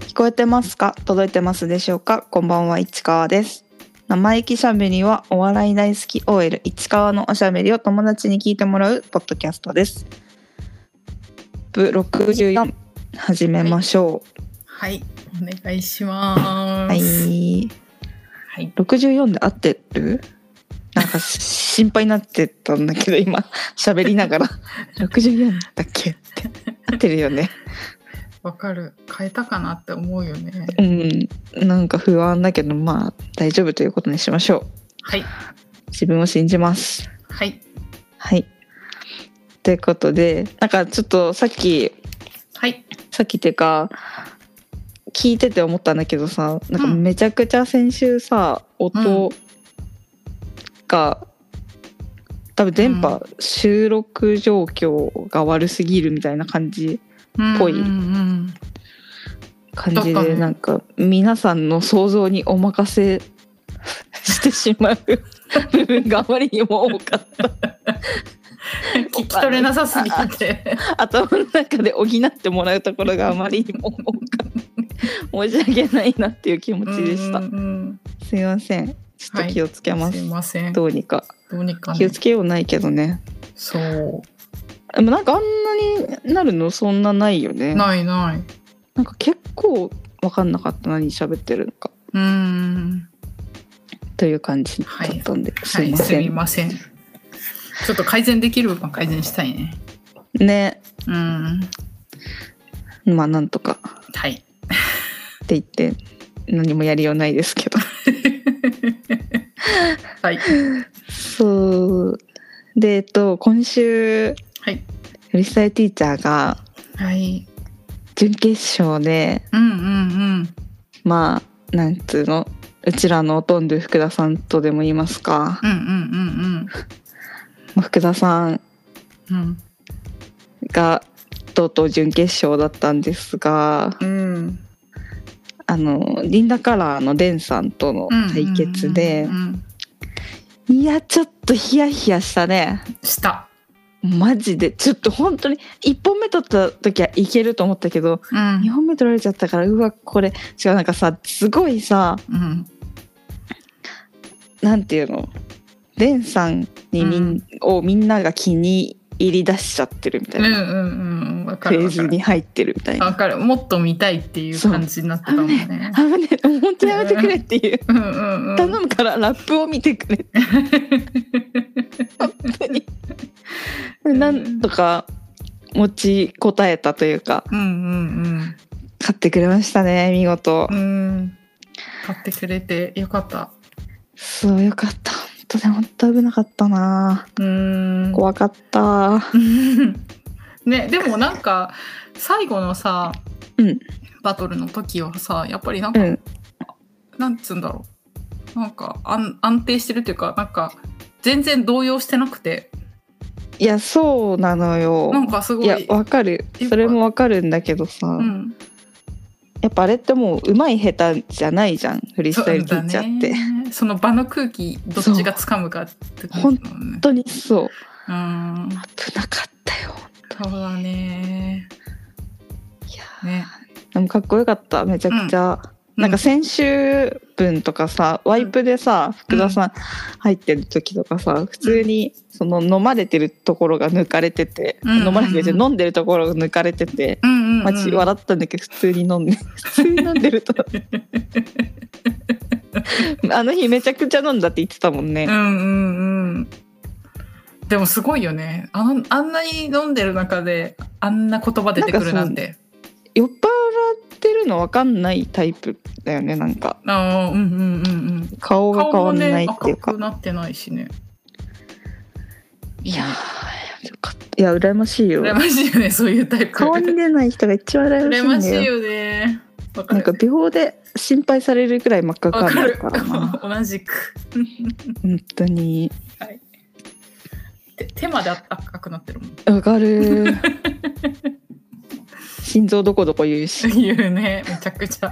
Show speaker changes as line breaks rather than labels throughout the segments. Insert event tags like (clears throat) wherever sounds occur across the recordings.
聞こえてますか届いてますでしょうかこんばんは市川です生意気しゃべりはお笑い大好き OL 市川のおしゃべりを友達に聞いてもらうポッドキャストです部64始めましょ
はい、お願いしま
う
す。
はい、
はい、
64で合ってるなんか心配になってたんだけど今喋りな (laughs) がら64だっけって合ってるよね
わかる。変えたかなって思うよね。
うんなんか不安だけどまあ大丈夫ということにしましょ
はい、
う自分を信じます
はい、
はい。ということで、なんかちょっとさっき、
はい。
さっきっていうか、聞いてて思ったんだけどさ、なんか
うん
めちゃくちゃ先週さ、
う
音が、多分電波、収録状況が悪すぎるみたいな感じ、ぽい
うん
(laughs)
うん
感じ
だった
で、
ね
なんか皆さんの想像にお任せ (laughs) してしまう (laughs) 部分があまりにも多かった。
うん聞き取れなさすぎ
(laughs)
て。
頭の中で補ってもらうところがあまりにも多かった申し訳ないなっていう気持ちでした、
うんうん
すいませんちょっと気をつけ
うん
ますす、
いません。ど
どうにか
うにか
気
ね
を。つけようないけどね
そう。
でもなんかあんなになるのそんなないよねな
ないない。
んか結構分かんなかった何喋ってるのか
うん。
という感じだ
はい
ったんで、す
はいい、
ますせ
み
ん、
ません。ちょっと改善できる部分は改善したいね。
ね
うん。
まあなんとかっ
はい。
て言って何もやりようないです (laughs) けど
はい。
そうでえっと今週
はい。
フリースタイルティーチャーが
はい。
準決勝で
うんうん
まあなんつうのうちらのとんど福田さんとでも言いますか
うん。う、んうんうん
まあ福田さん
うん。うん。
がとうとう準決勝だったんですが
うん。
あのリンダカラーのデンさんとの対決で
うんうんうんうん
いやちょっとヒヤヒヤしたね
した、
マジでちょっと本当に1本目取った時はいけると思ったけど
う
2
ん
本目取られちゃったからうわこれ違うなんかさすごいさ
うん
なんていうのレンさんにみん、
うん
をみんなが気に入り出しちゃってるみた
う
い
んう
な、
んうんわか
フ
る
ェー
わか
ズ
る
に入ってるみたいな。
わかるもっと見たいっていう感じになってたもんね
危ねえもう本当やめてくれっていう、
うんうんうん
頼むからラップを見てくれって本当に
ん
なんとか持ちこたえたというか
うん
勝ってくれましたね見事、
うんうんうん買ってくれてよかった
そうよかった本当ね本当危なかったな
うん
怖かった
ねでもなんか最後のさ、
うん
バトルの時はさやっぱりな
う
んか、
ん
なんつうんだろうなんか安安定してるというかなんか全然動揺してなくて
いやそうなのよ
なんかすご
い
い
やわかる
ていう
そ
か
れもわかるんだけどさ、
うん、
やっぱあれってもう上手い下手じゃないじゃんフリースタイルティーチャーって、
そうだねその場の空気どっちが掴むかって感じだもんね
本当にそう
うん
危なかったよ
そうだね
いやー
ね
でもかっこよかっためちゃくちゃ、
うん
なんか先週分とかさワイプでさ福田さん入ってる時とかさ普通にその飲まれてるところが抜かれてて、
うん
飲まれてるって飲んでるところが抜かれてて、
うんうん、うん、
マジ笑ったんだけど普通に飲んで普通に飲んでる
(laughs)
とあの日めちゃくちゃ飲んだって言ってたもんね、
うんうんうんでもすごいよねあのあんなに飲んでる中であんな言葉出てくるなんて
酔っ払ってるの分かんないタイプだよねなんか
ああうんうんうん
顔
うん
が変わんない
ね
っていう
赤
か、
くなってないしね
いやーよかったいや羨ましいよ
羨ましいよねそういうタイプ
顔に出ない人が一番羨
羨
ま
ま
しい
し
んだ
い
よ
よねわか
なん
る
か秒で心配されるくらい真っ赤
わ
かに
か
なる
る (laughs)
からな
同じく
本当に
手手まで赤くなってるもん (laughs)
わかる心臓どこどこ言うし
言うねめちゃくちゃ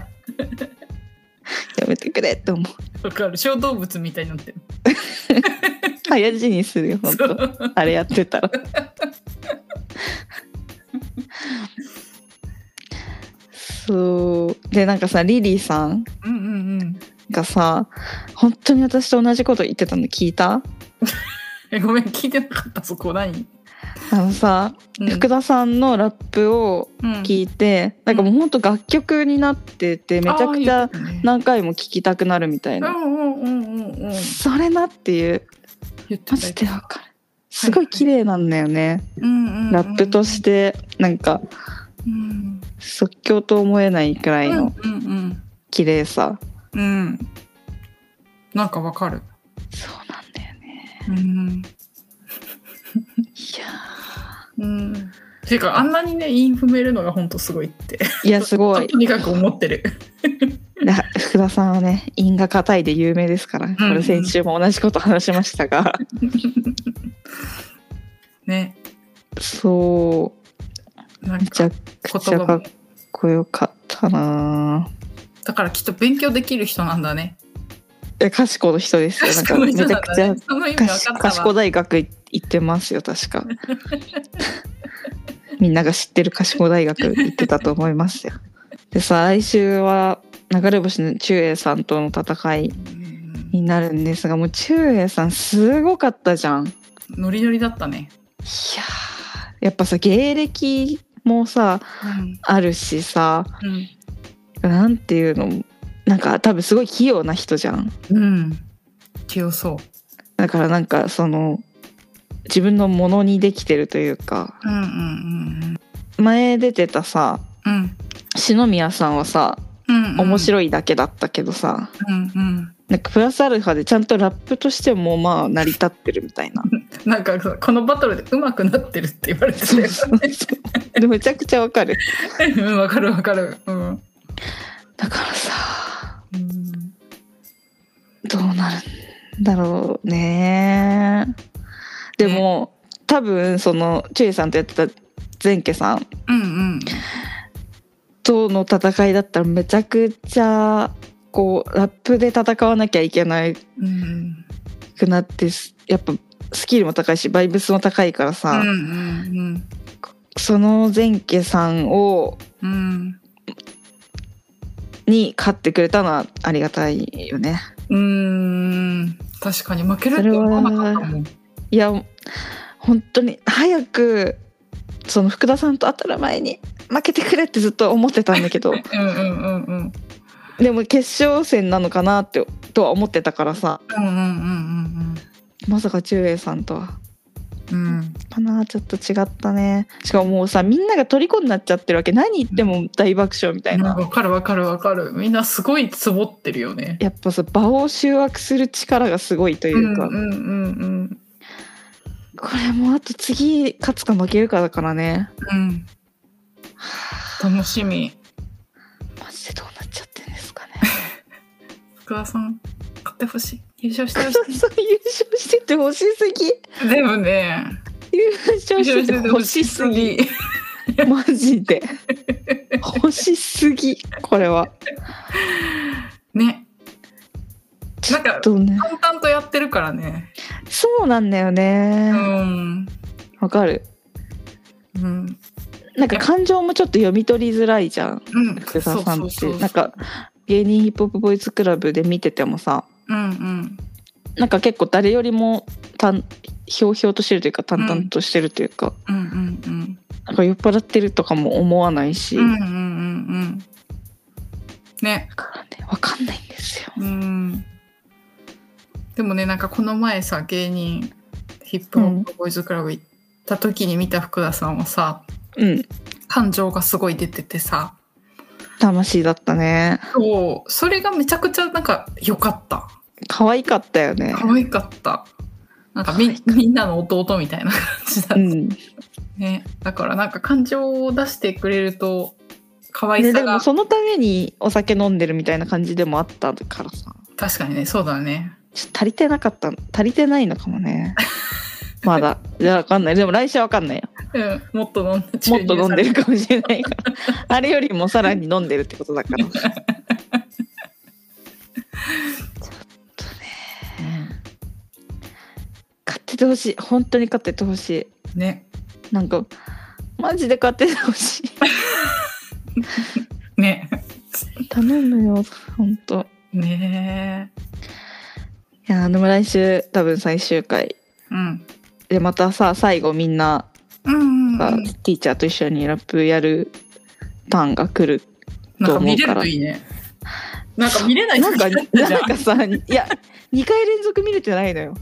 やめてくれって思う
わかる小動物みたいになってる
早死にするよ本
そ
当
う
あれやってたら。そうでなんかさリリーさん
うんうんうん
がさ本当に私と同じこと言ってたの聞いた
えごめん聞いてなかったそこ何、
あのさ、
うん、
福田さんのラップを
うん
聞いて、なんかもうほんと楽曲になっててめちゃくち
あ
ゃ
ー言ってたね
何回も聴きたくなるみたいな、
うんうんうんうんうん
それなっていう
言ってた
マジでわかるすごい綺麗なんだよね、
うんうんうん
ラップとしてなんか
うん
即興と思えないくらいの
うんうん
綺麗さ、
うんうんなんかわかる
そうなんだよね
うん
いや
うんていうかあんなにね韻踏めるのが本当すごいって
ーいやすごい
(laughs) とにかく思ってる
な福田さんはね因が硬いで有名ですから、これ先週も同じこと話しましたが
ね
そう
なん
めち
か
ゃくちゃかっこよかったなぁ
だからきっと勉強できる人なんだね
え賢いの人ですよなんか
賢
め
い
ち
人
ゃ
なん
くちゃ
だねその意味わ
賢
かった
賢
わ
大学行ってますよ確かみんなが知ってる賢大学行ってたと思いますよでさ来週は流れ星の中英さんとの戦い
うん
になるんですがもう中英さんすごかったじゃんい
ノリノリだったね
やーやっぱさ芸歴もさ
うん
あるしさ
うん
なんていうのなんか多分すごい器用な人じゃん
うん。強そう。
だからなんかその自分のものにできてるというか
うんうん
前出てたさ
うんうん。
篠宮さんはさ
うん、うん。
面
い。
白いだけだったけどさ、
うんうん。
なんかプラスアルファでちゃんとラップとしてもまあ成り立ってるみたい
(laughs)
な
なんかこのバトルで上手くなってるって言われてた
そ (laughs)
よ
うそうそうでめちゃくちゃわかる
ね。うんわかるわかる。うん。
だからさ
うん
どうなるんだろうねでも、多分そのチュイさんとやってた前家さん
うん
との戦いだったらめちゃくちゃこうラップで戦わなきゃいけな
うん。うん
くなってすやっぱスキルも高いしバイブスも高いから
う
さ、
んうん
その前家さんを
うんうん
に勝ってくれたのはありがたいよね。
うん確かに負けるって思わなかったもん
いや本当に早くその福田さんと当たる前に負けてくれってずっと思ってたんだけど
うんうんうんうん
でも決勝戦なのかなってとは思ってたからさ
うんうんうん
まさか中英さんとは。
うんうん
かなちょっと違ったねしかももうさみんなが虜になっちゃってるわけ何言っても大爆笑みたい
うん
な、
わかるわかるわかるみんなすごいつぼってるよね
やっぱさ場を集約する力がすごいというか、
うんうんうん
これもうあと次勝つか負けるかだからね
うんうん楽しみ
マジでどうなっちゃってんです (laughs) かね
福田さん買ってほしい優勝してほし
そう優勝してて欲しすぎ (laughs)
いでもね
優勝してて欲しすぎ
ぎ
マジで欲しすぎこれ (laughs) は
ね
ちょ
なん
っ
か
とね
淡々とやってるからね
そうなんだよね
う
わ、
ん
かる
うん
なんか感情もちょっと読み取りづらいじゃん
うん
福田さん
そ
っ
うそうそ
て
う
なんか芸人ヒップホップボイスクラブで見ててもさ
うんうん
なんか結構誰よりもたんひょうひょうとしてるというか淡々としてるというか,、
うんうん
なんか酔っ払ってるとかも思わないし、
うんうんうんうんうんね
だからねわかんないんですよ。
うんでもねなんかこの前さ芸人ヒップホップボーイズクラブ行った時に見た福田さんはさ
うん
感情がすごい出ててさ、
魂だったね
そう、それがめちゃくちゃなんか良かった。
可愛かったよね。
可愛かった。なんかみみんなの弟みたいな感じだ
う、ん、ね
ね。だからなんか感情を出してくれると可愛さ
で
が、
もそのためにお酒飲んでるみたいな感じでもあったからさ
確かにね、そうだね。
ちょっと足りてなかった足りてないのかもね (laughs) まだいやわかんないでも来週はわかんないよ
うん、もっと飲んで、
もっと飲んで
注入
る
され
かもしれないから (laughs) あれよりもさらに飲んでるってこと (laughs) だからちょっとね買っててほしい本当に買っててほしい
うんね。
なんかマジで買っててほしい
ね。
(laughs) 頼むよ本当
ねえ
いやーでも来週多分最終回
うん
でまたさ最後みんな
うんうん
が、
うん
ティーチャーと一緒にラップやるターンが来る
なんか見れるといいねなんか見れない (laughs)
なんか
時期あったじゃ
なんんかさいや2回連続見れてないのよ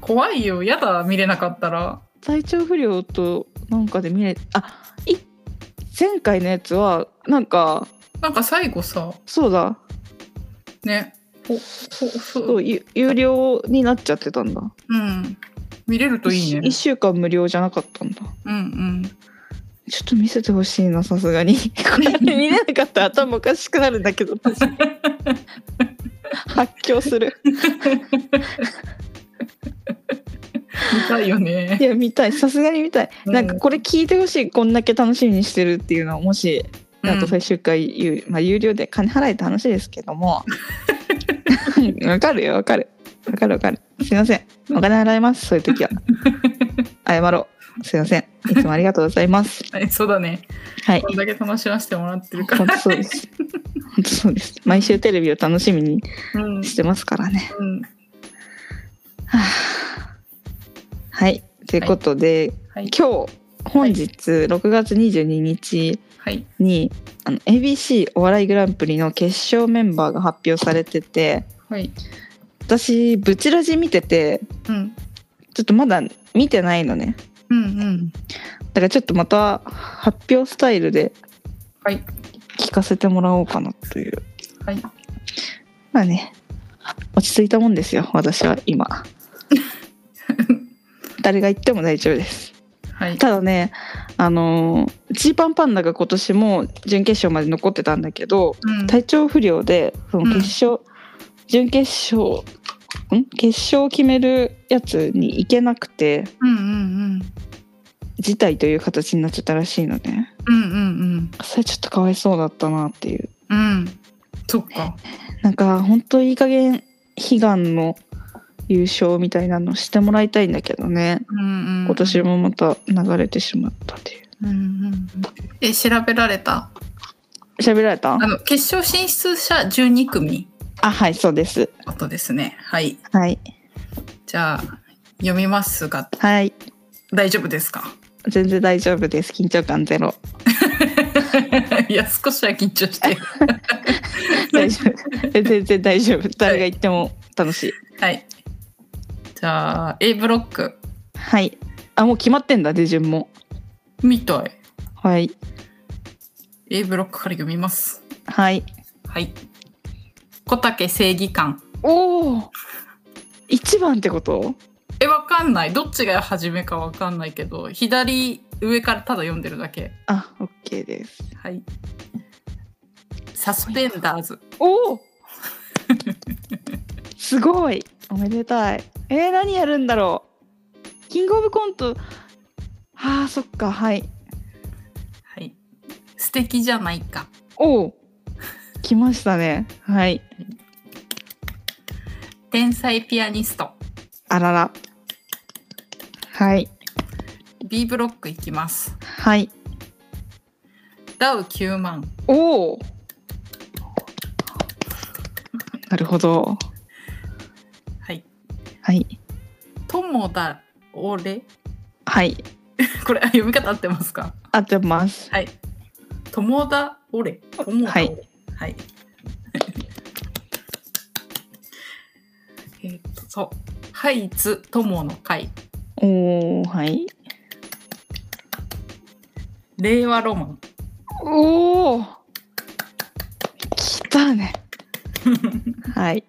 怖いよやだ見れなかったら
体調不良となんかで見れあい前回のやつはなんか
なんか最後さ
そうだ
ねほほ
そ
そう
うゆ有料になっちゃってたんだ
うん見れるといいね
1週間無料じゃなかったんだ
うんうん
ちょっと見せてほしいなさす
(laughs)
がにこれ見れなかったら頭おかしくなるんだけど私発狂する
見たいよね
いや見たいさすがに見たい、
うん
なんかこれ聞いてほしいこんだけ楽しみにしてるっていうのをもし
うん
あと最終回、有まあ、有料で金払えって話ですけど
(laughs)
もわかるよわかるわかるわかるすいませんお金払いますそういう時は謝ろうすいませんいつもありがとうございます
はいそうだね
はい
こんだけ楽しませてもらってるか
本
ら
当そうです本当そうです毎週テレビを楽しみに
うん
してますからね
うん
はあはいということで、
はい
今日本日6月22日
はい
に、あの ABC お笑いグランプリの決勝メンバーが発表されてて
はい
私ブチラジ見てて
うん
ちょっとまだ見てないのね
うんうん
だからちょっとまた発表スタイルで
はい
聞かせてもらおうかなという
はい
まあね落ち着いたもんですよ私は
(laughs)
今誰が言っても大丈夫です
はい
ただねあのージーパンパンダが今年も準決勝まで残ってたんだけど
うん
体調不良でその決勝、準決勝ん決勝を決めるやつに行けなくて
うんうん
辞退という形になっちゃったらしいのね
うんうんうん
それちょっとかわいそうだったなっていう
うんうんそっか
なんか本当いい加減悲願の優勝みたいなのしてもらいたいんだけどね
うんうん
今年もまた流れてしまったっていう
うんうんうんえ調べられた
喋られた
あの決勝進出者12組
あはいそうです
ことですねはい
はい
じゃあ読みますが
はい
大丈夫ですか (laughs)
全然大丈夫です緊張感ゼロ
いや少しは緊張してる
大丈夫全然大丈夫誰が言っても楽しい
はいじゃあ A ブロック
はい。あ、もう決まってんだ、手順も。
みたい
はい。
A ブロックから読みます
はい。
はい小竹正義感
おお一番ってこと
えわかんないどっちが初めかわかんないけど左上からただ読んでるだけ
あ、オッケーです。
はいサスペンダーズ
おおすごいおめでたい。えー、何やるんだろうキングオブコント。あー、そっか、はい。
はい素敵じゃないか
おお来ましたね。はい。
天才ピアニスト
あらら。はい。
B ブロックいきます
はい。
ダウ9万
おおなるほど。
はい
はい。
友だ俺 (laughs)
はい。
これあ読み方合ってますか
合ってます。
はい友だ俺友だ俺
はい
はい (laughs) えーっとそうハイツ友の会
おおはい。
令和ロマン
おお来たね。はい。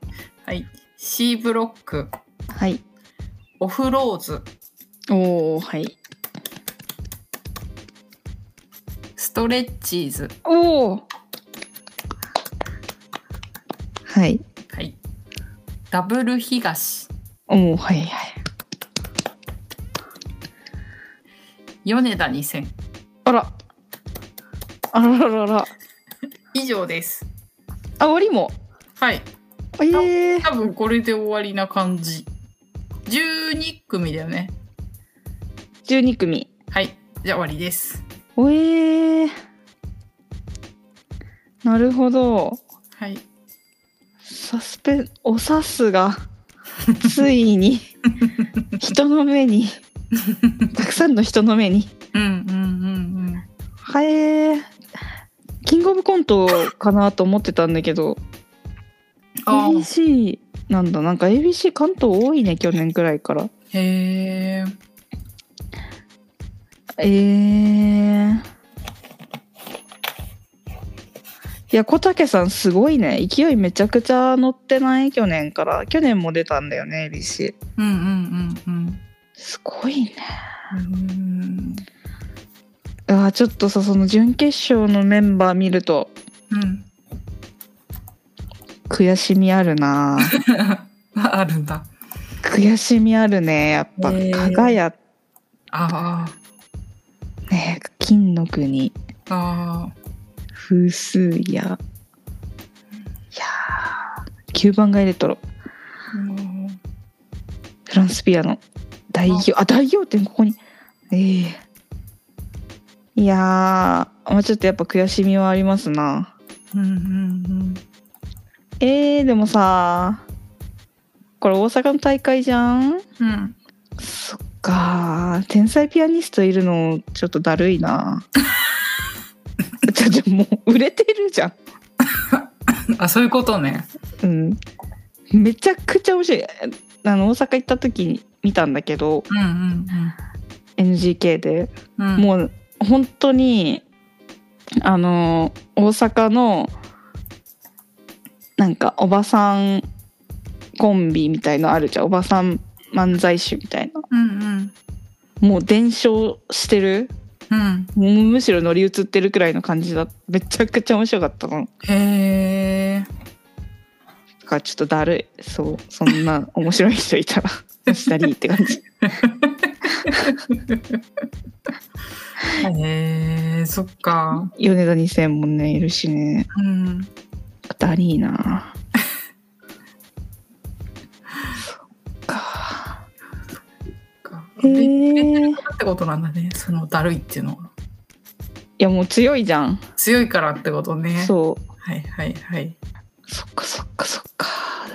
はい C ブロック
はい。
オフローズ
おおはい。
ストレッチーズ
おおはい。
はいダブル東
おおはいはい。
米田2000
あら。あらららら。
以上です
あ、終わりも。
はい
ええー。
多分これで終わりな感じ12組だよね
12組。
はいじゃあ終わりです
おえー。なるほど。
はい。
サスペンおさすがついに人の目にたくさんの人の目に
うんうんうん
はえーキングオブコントかなと思ってたんだけど
うん。ああ。
ABC なんだなんか ABC 関東多いね去年くらいから
へえ。
えー、いや小竹さんすごいね勢いめちゃくちゃ乗ってない去年から去年も出たんだよね ABC
うんうんうん
すごいね
うん。うん。
あーちょっとさその準決勝のメンバー見ると
うん。
悔しみある (laughs) な
あるん (laughs) だ。
悔しみあるねやっぱ
ねえ
加賀谷
ああ。
ね金の国
あ
風水屋いやー9番街レトロ
あ。うん
フランスピアノ大行あ大行点ここにええいやーまあちょっとやっぱ悔しみはありますな
うんうん
えー、でもさこれ大阪の大会じゃん
うん。うん。
そっかー天才ピアニストいるのちょっとだるいな (laughs) ちょちょもう売れてるじゃん
あ、そういうことね。
うんめちゃくちゃ面白いあの大阪行った時に見たんだけど
うん
NGK で
うんうん。うん。
もう本当にあの大阪のなんかおばさんコンビみたいのあるじゃんおばさん漫才師みたいな
うんうん。
もう伝承してる
うん。
もうむしろ乗り移ってるくらいの感じだめちゃくちゃ面白かったの
へえ。
だからちょっとだるいそうそんな面白い人い
(laughs)
たらしたりって感じ
へえ、そっか。
米田2000もねいるしね
うん。
だりーなそっかへー
売れてるからってことなんだね。そのだるいっていうのは。
いやもう強いじゃん、
強いからってことね。
そう
はいはいはい。
そっかそっかそっか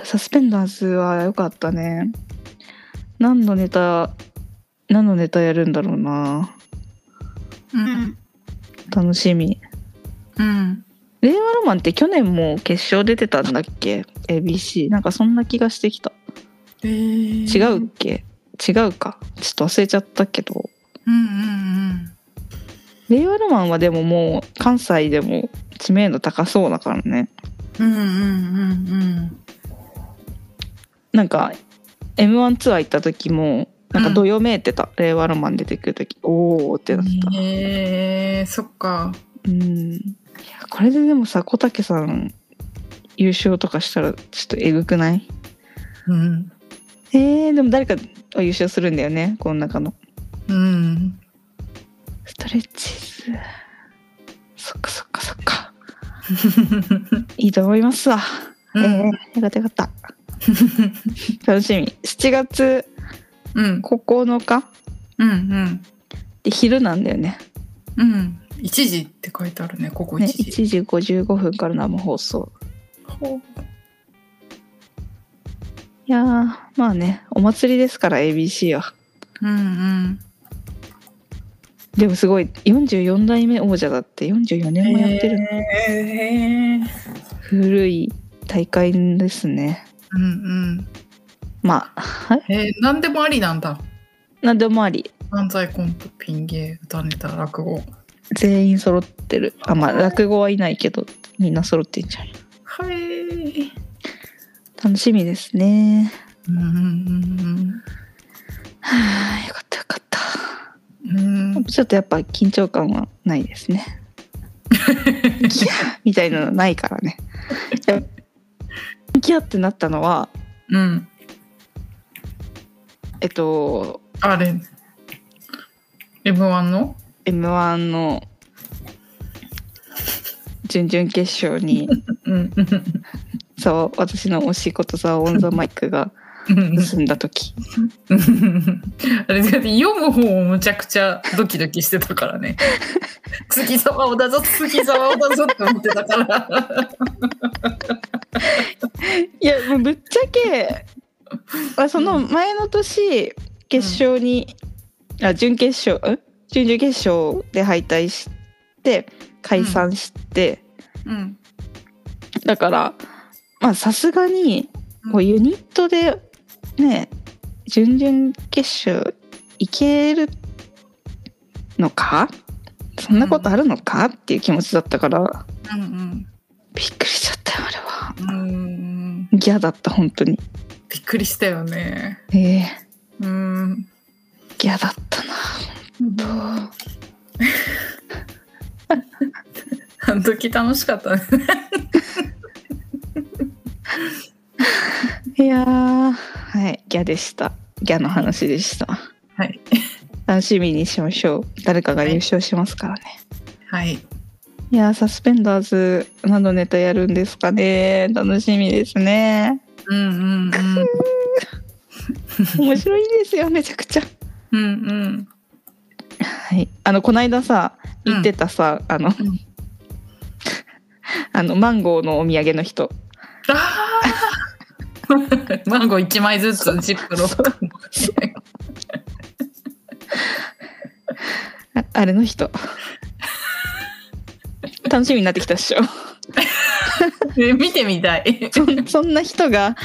サスペンダーズは良かったね何のネタ何のネタやるんだろうな
うん。
楽しみ
うん。
令和ロマンって去年も決勝出てたんだっけ ABC なんかそんな気がしてきた
えー
違うっけ違うかちょっと忘れちゃったけど
うんうん
令和ロマンはでももう関西でも知名度高そうだからね
うん。うんうんうん
なんか m 1ツアー行った時もなんかどよめいてた、令和ロマン出てくる時おおって
う
なった
ん。へえー、そっか。
うんいやこれででもさ小竹さん優勝とかしたらちょっとえぐくない
うん。
えー、でも誰かは優勝するんだよねこの中の
うん。
ストレッチーズそっかそっかそっかいいと思いますわ、
うん
えーよかったよかった (laughs) 楽しみ7月
うん。
9日っ
うんうん。
て昼なんだよね
うん。一時って書いてあるね。ここ
ね
一時。
1時55分から生放送
ほ
いやーまあねお祭りですから ABC は
うんうん。
でもすごい44代目王者だって44年もやってる、
へえー。
古い大会ですね
うんうん。
まあはい
えー、なんでもありなんだ。
何でもあり
漫才コント、ピン芸、歌ネタ、落語。
全員揃ってるあまあ落語はいないけどみんな揃ってんじゃん
はい。
楽しみですね
うんうん
はあよかったよかった
うんうん。うん。
ちょっとやっぱ緊張感はないですねギャー (laughs) みたいなのないからねいやギャーってなったのは
うん。
えっと
あれ。M1 の
m 1の準々決勝に
うんうん
そう私のおしことさオン・ザ・マイクが
うん
進んだ時
うんあれだって読む方もむちゃくちゃドキドキしてたから (laughs) ね。 (laughs) 月沢をだぞ、月沢をだぞって思ってたから。
いやもうぶっちゃけあその前の年決勝に、あ準決勝ん準々決勝で敗退して解散して、
うん。
だからまあさすがにこうユニットでね準々決勝いけるのかそんなことあるのか、っていう気持ちだったから
うん
びっくりしちゃったよあれは
うん。うん。
嫌だった本当に
びっくりしたよね。
ええ
うん。
嫌だったな本
あの時楽しかったね。
当いやーはい嫌でした嫌の話でした
はい。
楽しみにしましょう誰かが優勝しますからね、
はい。
い、やーサスペンダーズなどネタやるんですかね楽しみですね
うんうん
面白いんですよめちゃくちゃ
うん。うんうん。
はいあのこないださ
うん
言ってたさ、あの、
ん
あのマンゴーのお土産の人
あーマンゴー一枚ずつジップロック
そうああれの (laughs) 人楽しみになってきたっしょ
え見てみたい。
そ
(laughs)
んそんな人が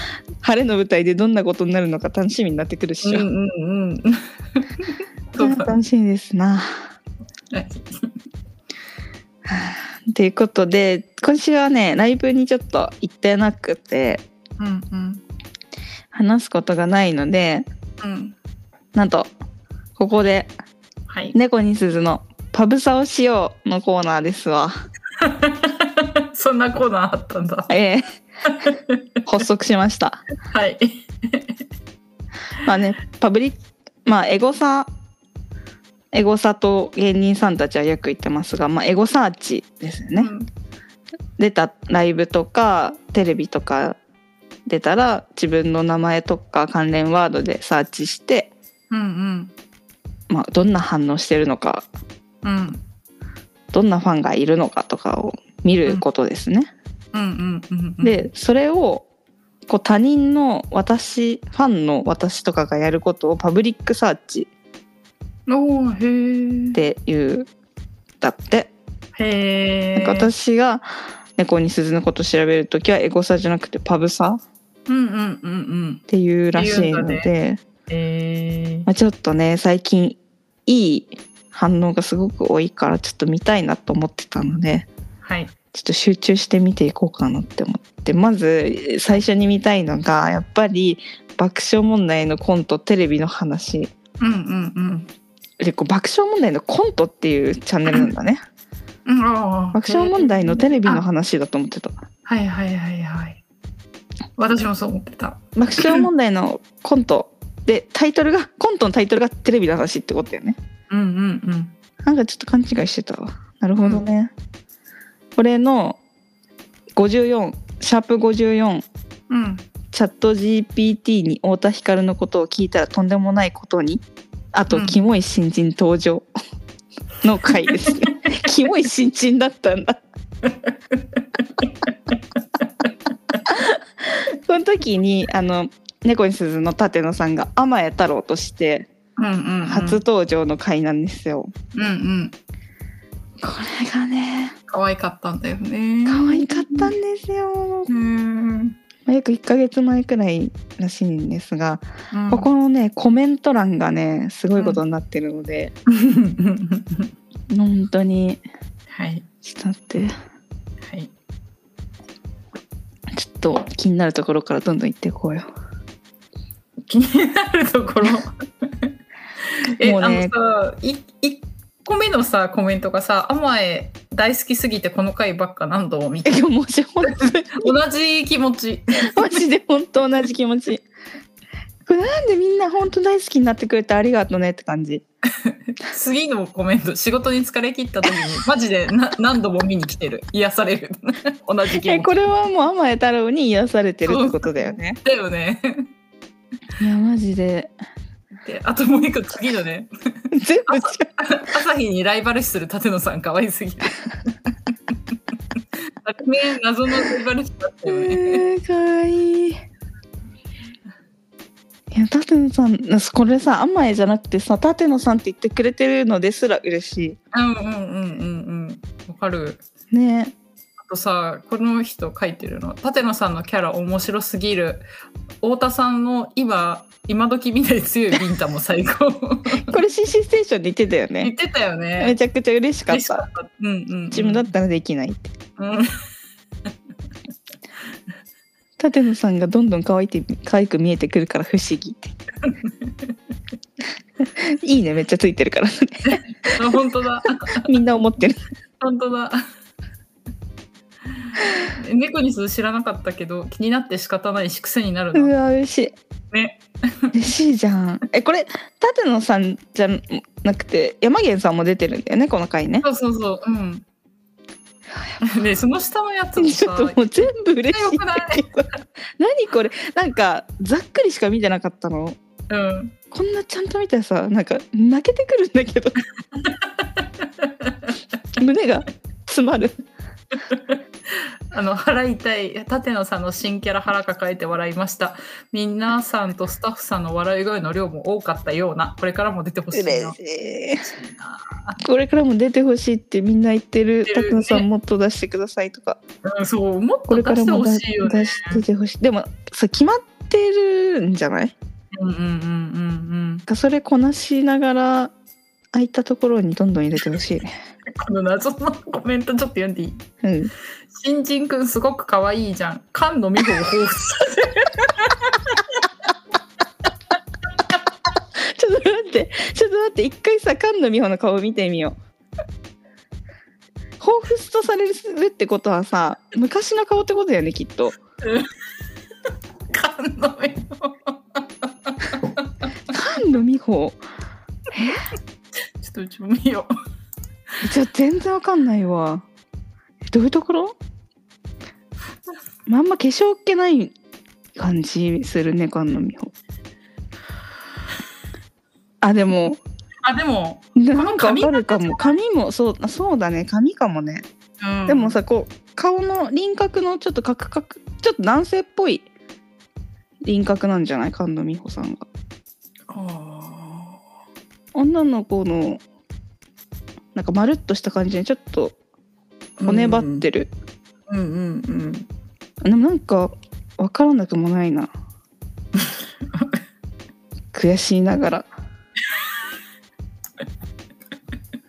晴れの舞台でどんなことになるのか楽しみになってくるっ
うん
しょ、
うんうん。そうだ。
楽しみですな
はい
ということで今週はねライブにちょっと行ってなくて
うんうん
話すことがないので
うん。
なんとここで
はい
「猫に鈴のパブサをしよう」のコーナーです
(laughs)
わ。
そんなコーナーあったんだ。
ええ発足しました。
はい。
まあねパブリまあエゴサエゴサと芸人さんたちはよく言ってますが、まあ、エゴサーチですよね。
うん
出たライブとかテレビとか出たら自分の名前とか関連ワードでサーチして、
うん
まあ、どんな反応してるのか
うんうん
どんなファンがいるのかとかを見ることですね。
うんうんうん。、
でそれをこう他人の私ファンの私とかがやることをパブリックサーチ
おおへえ
っ。ていうだって。
へえ。
なんか私が猫に鈴のこと調べるときはエゴサじゃなくてパブサっ
うんうんうんうん。
ていうらしいの
っ
で、
てえ
まあ、ちょっとね最近いい反応がすごく多いからちょっと見たいなと思ってたので
はい。
ちょっと集中して見ていこうかなって思ってまず最初に見たいのがやっぱり爆笑問題のコントテレビの話
うんうんうん。
でこう爆笑問題のコントっていうチャンネルなんだね
うんあー
爆笑問題のテレビの話だと思ってた
はいはいはいはい。私もそう思ってた。
爆笑問題のコントでタイトルがコントのタイトルがテレビの話ってことだよね
うんうんうん。
なんかちょっと勘違いしてたわなるほどね、これの54シャープ54
うん
チャット GPT に太田光のことを聞いたらとんでもないことにあと、
うん
キモい新人登場 (laughs) の回 (laughs) ですねキモい新人だった (laughs) んだその時にあの猫に鈴の舘野さんが天谷太郎として
うんうんうん。
初。登場の回なんですよ、
うんうん。
これがね
可愛かったんだよね。
可愛かったんですよ、
うん。
まあ約1ヶ月前くらいらしいんですが
うん
ここのねコメント欄がねすごいことになってるので、本当に
(laughs) はい
ちょっと待って
はい
ちょっと気になるところからどんどん行っていこうよ。 (laughs)
気になるところえ、
もうね
あのさい1個目のさコメントがさ「甘え大好きすぎてこの回ばっか何度も」みたい
え (laughs)
な
でももし本当に
同じ気持ち
マジで本当同じ気持ち。これなんでみんな本当大好きになってくれてありがとうねって感じ。
次のコメント仕事に疲れ切った時にマジで (laughs) な何度も見に来てる癒される (laughs) 同じ気
え
持
これはもう天江太郎に癒されてるってことだよね。
ちだよね
いやマジで
であともう一個次のね
(laughs) 全部違う。
朝日にライバル視する舘野さん可愛すぎてあれね謎のライバル視だったよね
えー、かわいい。いや舘野さんこれさ甘えじゃなくてさ舘野さんって言ってくれてるのですら嬉し
うんうんうんうんうんわかる
いね
あとさこの人書いてるの舘野さんのキャラ面白すぎる太田さんの今今時みたいに強いビンタも最高
これ CC ステーションで言ってたよ
言っ
ね
てたよね
めちゃくちゃ嬉しかっ
嬉しか
た
ったうんうんうん
自分だったらできないって
うん
舘野さんがどんどん可愛いて可愛く見えてくるから不思議っていいねめっちゃついてるから
あ本当だ
みんな思ってる
本当だ。猫にす知らなかったけど気になって仕方ないし癖になる
う
な。
わ嬉しい
ね。
嬉しいじゃんえこれ舘野さんじゃなくて山源さんも出てるんだよねこの回ね
そうそうそう。うん。でその下のやつも
ちょ
さ
っともう全部嬉しいんだけど何これなんかざっくりしか見てなかったの
うん。
こんなちゃんと見たらさなんか泣けてくるんだけど
(laughs)
胸が詰まる
あの腹痛い舘野さんの新キャラ腹抱えて笑いました。みんなさんとスタッフさんの笑い声の量も多かったような。これからも出てほしいな。
嬉しいこれからも出てほしいってみんな言ってる
言ってるね
拓野さんもっと出してくださいとか
うん、そうもっ
ことれ
出
から
して
も
ほ
出
しいよね。
出てほしいでもそう決まってるんじゃない
うんうんうんうん
なんかそれこなしながら空いたところにどんどん入れてほしいね。 (laughs)
うん。この謎のコメントちょっと読んでいい？
うん、
新人くんすごく可愛いじゃん。菅野美穂
(laughs)
を彷彿させる。
ちょっと待ってちょっと待って一回さ菅野美穂の顔見てみよう。彷彿とされるってことはさ昔の顔ってことだよねきっと
菅野美穂。
菅野美穂
ちょっとうちも見よう。
じゃ全然わかんないわえどういうところまああんま化粧っ気ない感じするね菅野美穂あでも
あ、でも、
なんかわかるかも髪もそうあそうだね髪かもね、
うん、
でも、さこう顔の輪郭のちょっとカクカクちょっと男性っぽい輪郭なんじゃない菅野美穂さんが
あ
女の子のなんかまるっとした感じにちょっと
ー
骨張っ。てる、
うんうんうん。
でもなんかわからなくもないな悔しいながら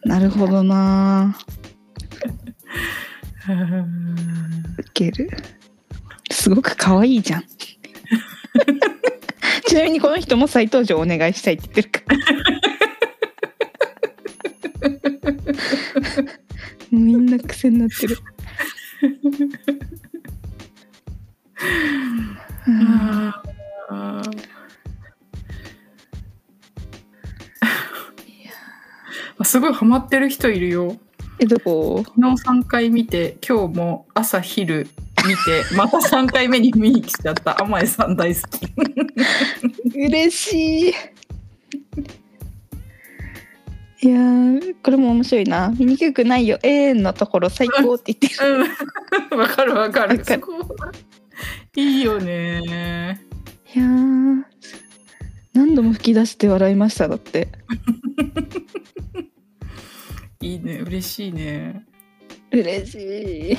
なるほどな (laughs) ウケるすごく可愛いじゃんちなみにこの人も再登場お願いしたいって言ってるからみんな癖になってるうん
あーあすごいハマってる人いるよ。
えどこ
昨日3回見て、今日も朝昼見て、また3回目に見に来ちゃった。甘えさん大好き。
嬉しいいやーこれも面白いな「醜くないよ永遠のところ最高」って言ってる
うん、 (laughs) わかるわかる。
わかる
そこいいよね。
(laughs) いやー何度も吹き出して笑いましただって
いいね、嬉しいね。
嬉しい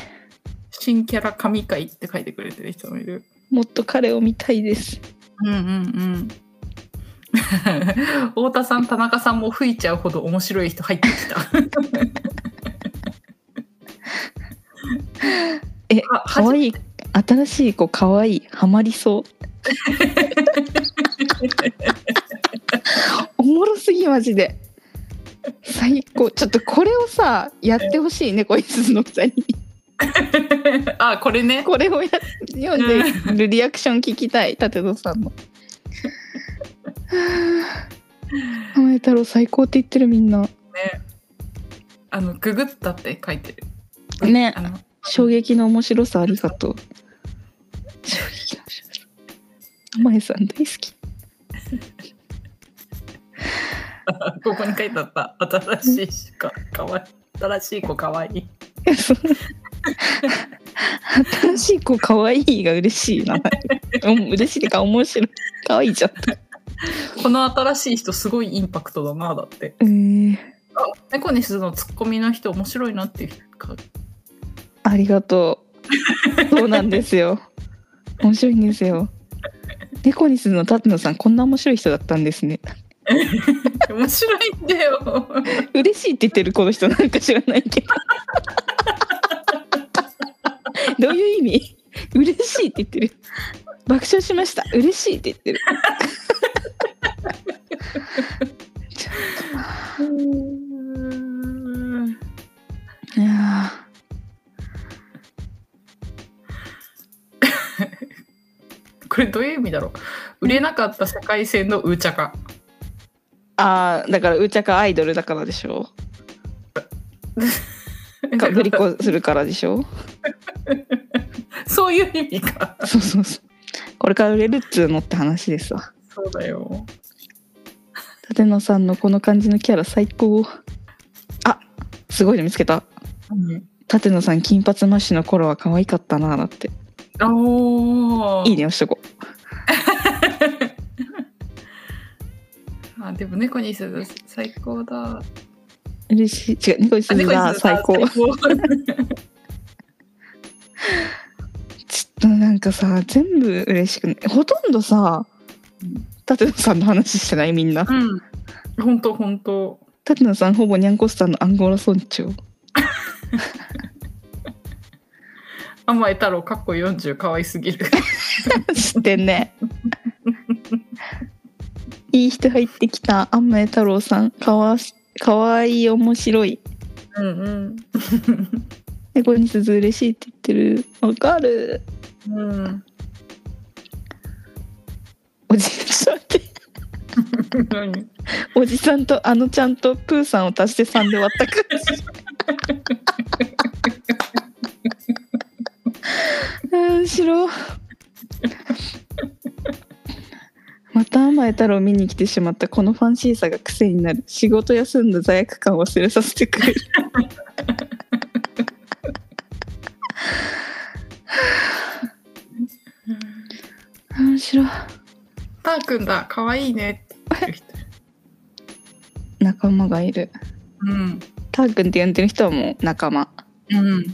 新キャラ神回って書いてくれてる人もいる。
もっと彼を見たいです
うんうんうん。 (laughs) 太田さん、田中さんも吹いちゃうほど面白い人入ってきた。
え
あ
可愛い新しい子可愛いハマりそう (laughs) おもろすぎマジで最高ちょっとこれをさやってほしいねこいつの二人に
(laughs) あ、こ
(laughs)
れね。
これをや読んでるリアクション聞きたい舘野さんのはあ浜江太郎最高って言ってるみんな
あの、ググったって書いてる。
ね
あの、
衝撃の面白さありがとう。衝撃の面白さ。甘えさん大好き。
ここに書いてあった。新しい子、かわいい。新しい子かわいい。
新しい子可愛いが嬉しいな。うん嬉しいってか面白い。可愛いじゃん。
この新しい人すごいインパクトだなだって
えー、
猫にするのツッコミの人面白いなっていうか
ありがとう。そうなんですよ。面白いんですよ。猫にするの舘野さんこんな面白い人だったんですね。
面白いんだよ
嬉しいって言ってるこの人なんか知らないけど。どういう意味？嬉しいって言ってる。爆笑しました。嬉しいって言ってる。いや
これどういう意味だろう売れなかった社会性のうーちゃか
ーあーだからうーちゃかアイドルだからでしょう。かぶりっこするからでしょう。
(laughs) そういう意味か
そうそうそう。これから売れるっつうのって話ですわ。
そうだよ
舘野さんのこの感じのキャラ最高。あすごいの見つけた。舘野さん金髪マッシュの頃は可愛かったなーだって。
おー
いいね押しとこう。
あでも猫にする最高だ
嬉しい。違う、ニコイスが最高。ちょっとなんかさ、全部嬉しくない。ほとんどさ
うん、
舘野さんの話してないみんな。
うん本当本当
舘野さんほぼニャンコスターのアンゴラ村長。
甘え太郎かっこ40可愛すぎる
知ってんね。いい人入ってきた、安明太郎さん。かわし、かわいい、面白い。
うんうん
猫に鈴嬉しいって言ってる。わかる。
うん、
おじちょっと待って
何
おじさんとあのちゃんとプーさんを足して3で割った感じ。うん、しろ。また甘え太郎見に来てしまったこのファンシーさが癖になる仕事休んだ罪悪感を忘れさせてくれる面白い
ターくんだ可愛いねって言ってる人
仲間がいる
うん
ターくんって呼んでる人はもう仲間
うん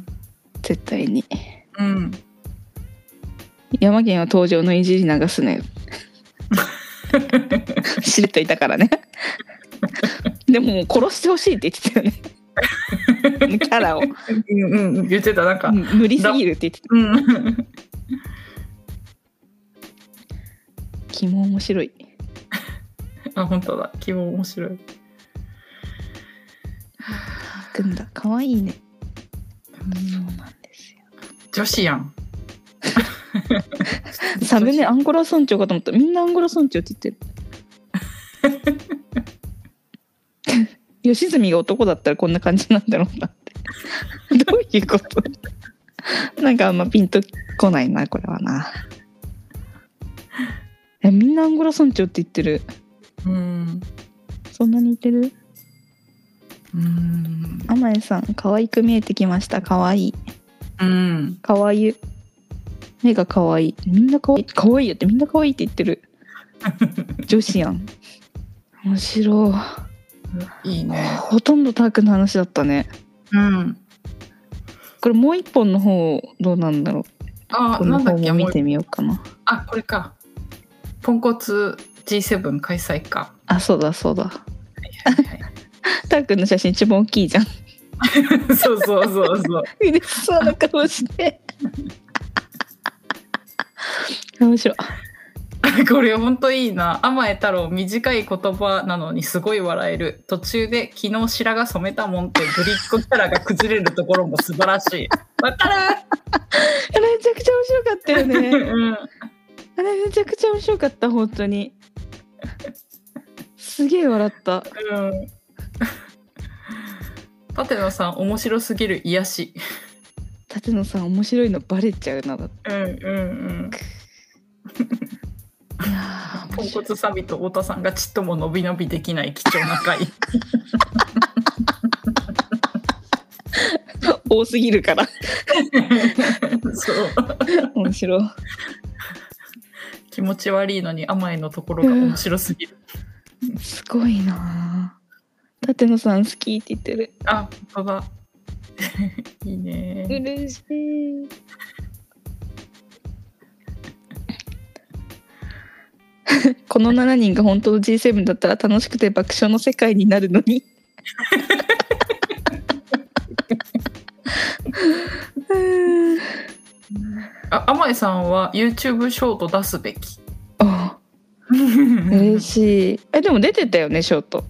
絶対に
うん
山源は登場のいじり流すね知れといたからねでももう殺してほしいって言って (laughs) たよねキャラを
うんうん言ってたなんか
うん無理すぎるって言ってた
うん
気も面白い
あ本当だ希望面白い
くんだ可愛いねそうなんですよ
女子やん
サムネアンゴラ村長かと思ったみんなアンゴラ村長って言ってる吉住が男だったらこんな感じなんだろうなって (laughs) どういうことなんかあんまピンとこないなこれはなえみんなアンゴラ村長って言ってる
うん
そんなに似てる
うん
甘えさん可愛く見えてきました可愛い
うん
可愛い目が可愛いみんな可愛い可愛いよってみんな可愛いって言って
(laughs)
る女子やん面白い
いいね
ほとんどタークの話だったね
うん
これもう一本の方どうなんだろ
あ
うこ
な
の
んだ
方
っけ
も見
もう
てみようかな
あこれかポンコツ G7 開催か
あそうだそうだ
はいはいは
タークの写真一番大きいじゃん
いそうそうそうそう
嬉しそうな顔して (laughs) 面白い
(laughs) これ本当いいな甘え太郎短い言葉なのにすごい笑える途中で昨日白髪染めたもんってぶりっ子キャラが崩れるところも素晴らし (laughs) いわ
あ
か
れめちゃくちゃ面白かったよ
る、 (laughs)
ね
うん、
あれめちゃくちゃ面白かった本当にすげえ笑った
うん。舘野さん面白すぎる癒し。
舘野さん面白いのバレちゃうなだって
うんうん
いや
うん。ポンコツサビと太田さんがちっとも伸び伸びできない貴重な回。
(laughs) 多すぎるから
(laughs) そう。
面白い
気持ち悪いのに甘えのところが面白すぎる。
ごいなあ舘野さん好きって言ってる
あ、本当だ。 (laughs) いいね。
嬉しいこの7人が本当の G7 だったら楽しくて爆笑の世界になるの (laughs) にうん
あ、甘えさんは YouTube ショート出すべき。
(laughs) あ嬉しいえでも出てたよねショート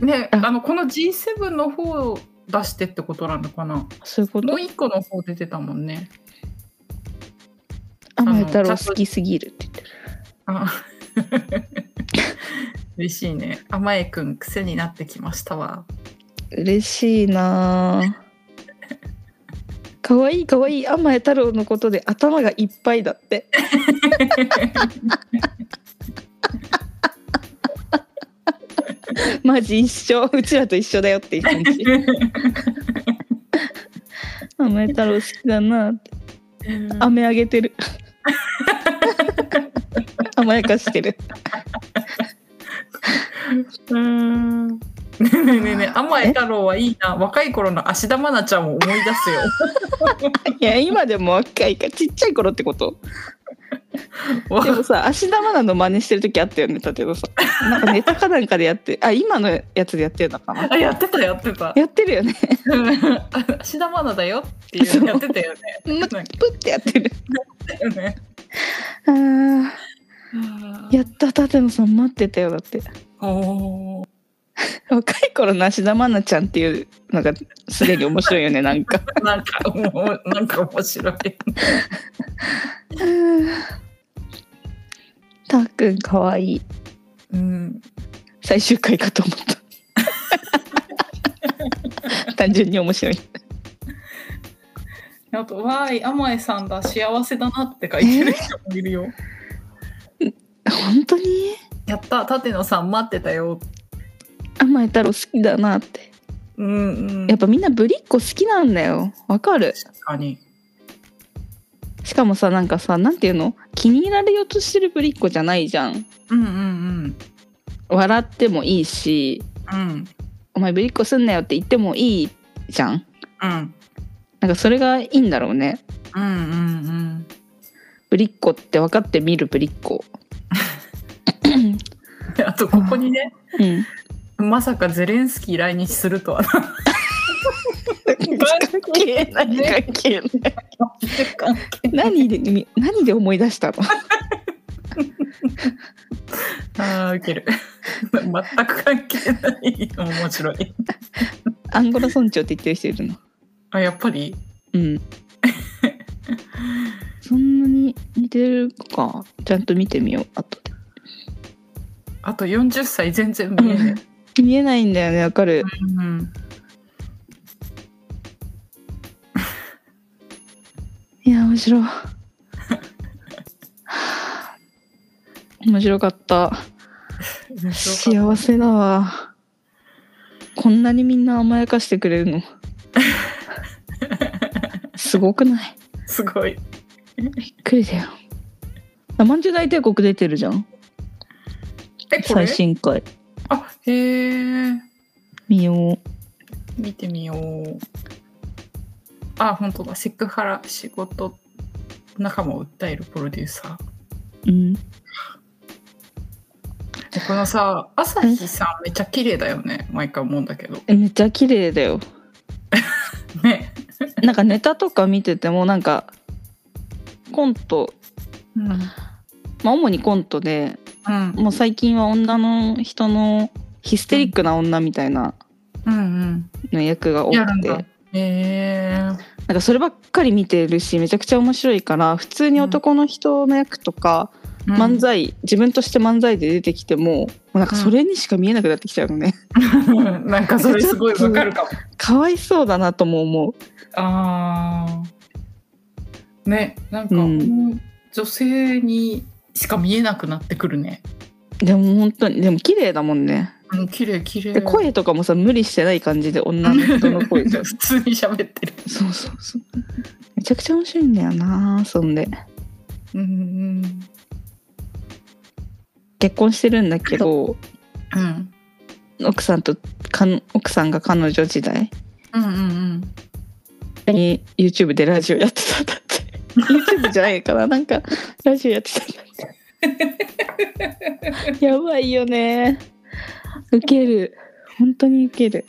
ね、
あ
あのこの G7 の方を出してってことなのかな。
そういうこ
も
と
う一個の方出てたもんね。
甘え太
あ
郎
のちゃんと
好きすぎるって言ってる
あ (laughs) 嬉しいね。甘えくん癖になってきましたわ。
嬉しいなあ可愛い可愛い甘え太郎のことで頭がいっぱいだってマジ一緒うちらと一緒だよっていう感じ甘え太郎好きだなって飴あげてる甘やかしてる
うん。ねえねえねえねえ、甘え太郎はいいな。若い頃の芦田愛菜ちゃんを思い出すよ。
いや今でも若いからちっちゃい頃ってこと (laughs)
わ
でもさ芦田愛菜の真似してる時あったよね例えばさなんかネタかなんかでやってあ今のやつでやってるのかな
あやってたやってた。
やってるよね
芦田愛菜だよっていうのやってたよね。
むプってやってる
ね
あーやった舘野さん待ってたよだって
(laughs) おー
若い頃の芦田愛菜ちゃんっていうのがすでに面白いよねなん
(laughs)
か
なんかもうなんか面白い。
たっくんかわいい
うん。
最終回かと思った単純に面白い
あと、わーい、甘えさんだ、幸せだなって書いてる人もいるよ。
本当に
(laughs) やった、舘野さん待ってたよ。
甘え太郎好きだなって
うんうん。
やっぱみんなぶりっ子好きなんだよわかる
確かに。
しかもさなんかさなんていうの気に入られようとしてるぶりっ子じゃないじゃん
うんうん
笑ってもいいし
うん。うん
「お前ぶりっ子すんなよ」って言ってもいいじゃん
うん。
なんかそれがいいんだろうね
うんうんうん。
ぶりっ子って分かって見るぶりっ (laughs) 子
であと、ここにね、
うん
まさかゼレンスキー来日するとはな。
関係ない関係ない何でみ何で思い出 (laughs) したの
(laughs) あー、ウケる。 (laughs) 全く関係ない。面白い。
アンゴラ村長って言ってる人いるの
あ、やっぱり
(laughs) うんそんなに似てるかちゃんと見てみよう後で
あと40歳全然見えない。
見えないんだよねわかる
うん、
いや面白いはあ (laughs) 面白かった
面白か
幸
っ
せだわこんなにみんな甘やかしてくれ (laughs) るのすごくない
たすごい。
びっくりだよまんじゅう大帝国出てるじゃん
え、これ
最新回
あ、へえ。
見よう
見てみよう。あ、本当だ。セクハラ仕事仲間を訴えるプロデューサ
うん
ー。でこのさ、朝日さんめっちゃ綺麗だよね。毎回思うんだけど。
えめっちゃ綺麗だよ
ね。
なんかネタとか見ててもなんかコント
うん。
まあ主にコントで
うん。
もう最近は女の人のヒステリックな女みたいな
うん
の役が
う
多
ん。やる
く
ん
て
だ。へえ。
なんかそればっかり見てるしめちゃくちゃ面白いから普通に男の人の役とか、
うん
漫。才、自分として漫才で出てきてももうなんかそれにしか見えなくなってきちゃうのね、
(laughs) なんかそれすごいわかるかも。
かわいそうだなとも思う
あーねなんか、
うん
女性にしか見えなくなってくるね。
でも本当にでも綺麗だもんね
うん綺麗綺麗。
で声とかもさ無理してない感じで女の人の声じ
(laughs)
ゃん
普通に喋ってる。
そうそうそうめちゃくちゃ面白いんだよなそんで
うん
結婚してるんだけど
うんうん
奥さんとかん奥さんが彼女時代
うんうん
に YouTube でラジオやってたんだって (laughs) YouTube じゃないかななんかラジオやってたんだってやばいよねウケる本当にウケる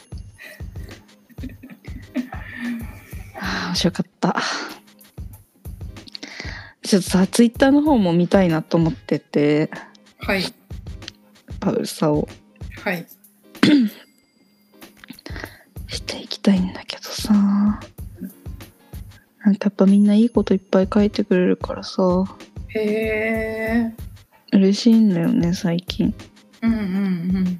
あー面白かったちょっとさ Twitter の方も見たいなと思ってて
はい
パウルさを
はい
していきたいんだけどさなんかやっぱみんないいこといっぱい書いてくれるからさ
へえ
嬉しいんだよね最近
うんうん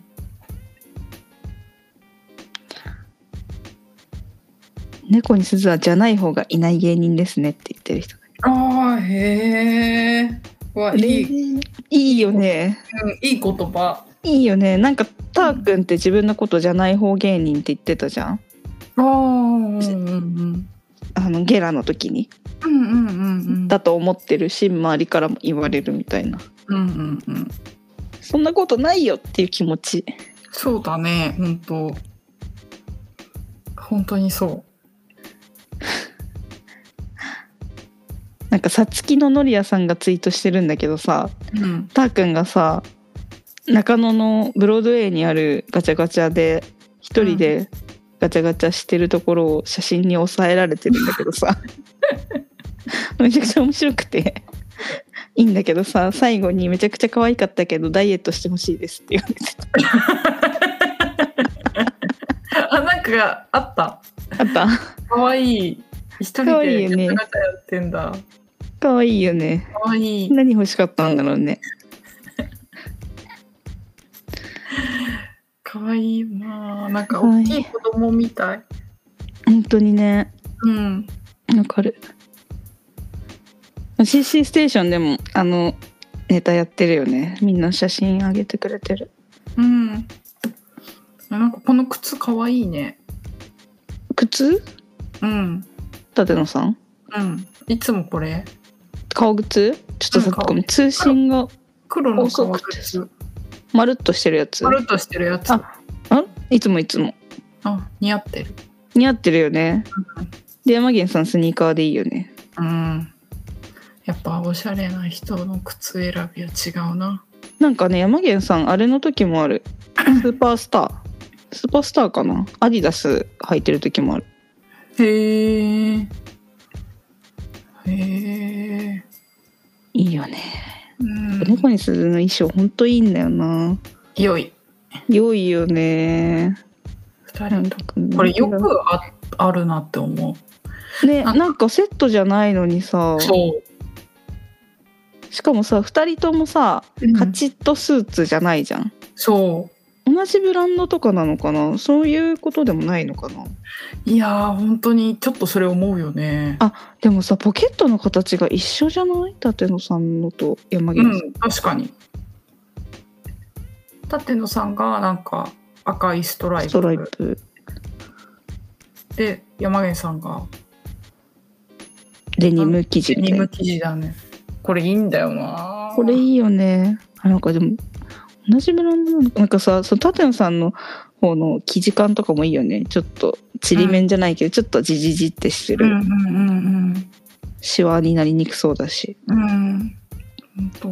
猫に鈴はじゃない方がいない芸人ですねって言ってる人が
うんああへえわいい、うん、
いいよね
いい言葉
いいよねなんかたーくんって自分のことじゃない方芸人って言ってたじゃん
ああうんうんうん
あのゲラの時に
うんうんうん
だと思ってるし周りからも言われるみたいな
うんうんうん
そんなことないよっていう気持ち
そうだね本当本当にそ
なんかさつきののりやさんがツイートしてるんだけどさ
ううん
たーくんがさ中野のブロードウェイにあるガチャガチャで一人でガチャガチャしてるところを写真に抑えられてるんだけどさ (laughs) めちゃくちゃ面白くていいんだけどさ最後に「めちゃくちゃ可愛かったけどダイエットしてほしいです」って言われてた
あなんかあった
あった (laughs)
可愛い一人
可愛い
で
よね
ガチャガチャやってんだ
可愛いよね
可愛い
何欲しかったんだろうね
可愛いまあなんか大きい子供みたい
本当にね
うん
わかる。CC ステーションでもあのネタやってるよね。みんな写真あげてくれてる。
うんなんかこの靴可愛いね
靴
うん
舘野さん
うんいつもこれ
顔靴ちょっとさ
うん顔
ごめん通信が
黒の
細
革
くて
靴
まるっとしてるやつ。
まるっとしてるやつ
あんいつもいつも。
あ似合ってる
似合ってるよね。で山源さんスニーカーでいいよね。
うんやっぱおしゃれな人の靴選びは違うな
なんかね山源さんあれの時もあ (laughs) る。スーパースター。スーパースターかなアディダス履いてる時もある。
へえへえ
いいよね。
うん
猫に鈴の衣装ほんといいんだよな。
良い
良いよね。
二
なん
人
か
とこれよくああるなって思
ね、
あ
なんかセットじゃないのにさ
う。、そ
しかもさ、二人ともさ、
う
カチッとスーツじゃないじゃん。
そう
同じブランドとかなのかな、そういうことでもないのかな。
いやー本当にちょっとそれ思うよね。
あでもさ、ポケットの形が一緒じゃない、舘野さんのと山
う
岸さん。
ん確かに。舘野さんがなんか赤いストライ
ストライ
プ
プ
で山源さんが
デニム生地
デ
み
ニ
たい
ム
な
生地だね。これいいんだよな。
これいいよねあなんかでも同じブランドなのかなんかさその舘野さんの方の生地感とかもいいよねちょっとちりめんじゃないけど、ちょっとジジジってして
う
る、
んうんうん
シワになりにくそうだし
うんうん。本当、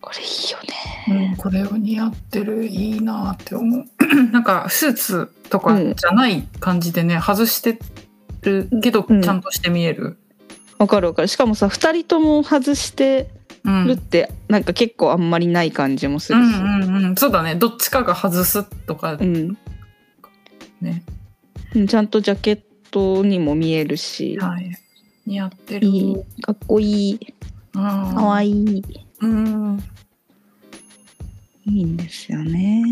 これいいよね
うん、これを似合ってるいいなって思う (clears throat) なんかスーツとかじゃない感じでね、外してるけど
うん
ちゃんとして見える、
わかるわかるしかもさ2人とも外して
うん、
るって、なんか結構あんまりない感じもす
う
る
ん
し、
うんうんそうだねどっちかが外すとか
うん
ね、
うんちゃんとジャケットにも見えるし、
はい、似合ってる
いいかっこいい
うん
かわいい
うん
いいんですよね。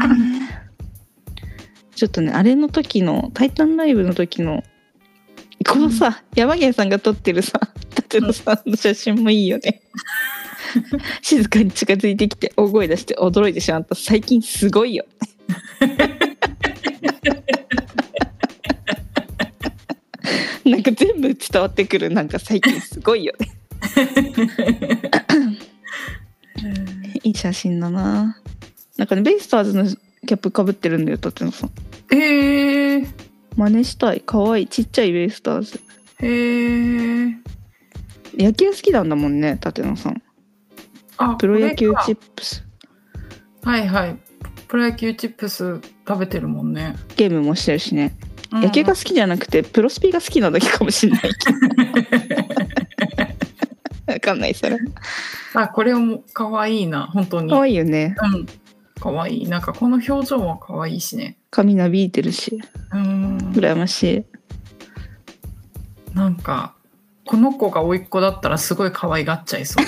(laughs) ちょっとねあれの時の「タイタンライブ」の時のこのさ、山源さんが撮ってる (laughs) さ舘野さんの写真もいいよ (laughs) ね。静かに近づいてきて大声出して驚いてしまった最近すごい (laughs) よ。なんか全部伝わってくるなんか最近すごいよね。いい写真だな。なんかねベイスターズのキャップかぶってるんだよ舘野さん
えー、
真似したい可愛いちっちゃいベイスターズ
えー、
野球好きなんだもんね舘野さん
あ
プロ野球
これか
チップス
はいはいプロ野球チップス食べてるもんね、
ゲームもしてるしね、
うん
野球が好きじゃなくてプロスピが好きなだけかもしれない
(laughs)
わかんないそれ
あこれも可愛いな本当に
可愛いよね
うん可愛いなんかこの表情も可愛いしね
髪なびいてるし
うーん
羨ましい
なんかこの子が甥っ子だったらすごい可愛がっちゃいそう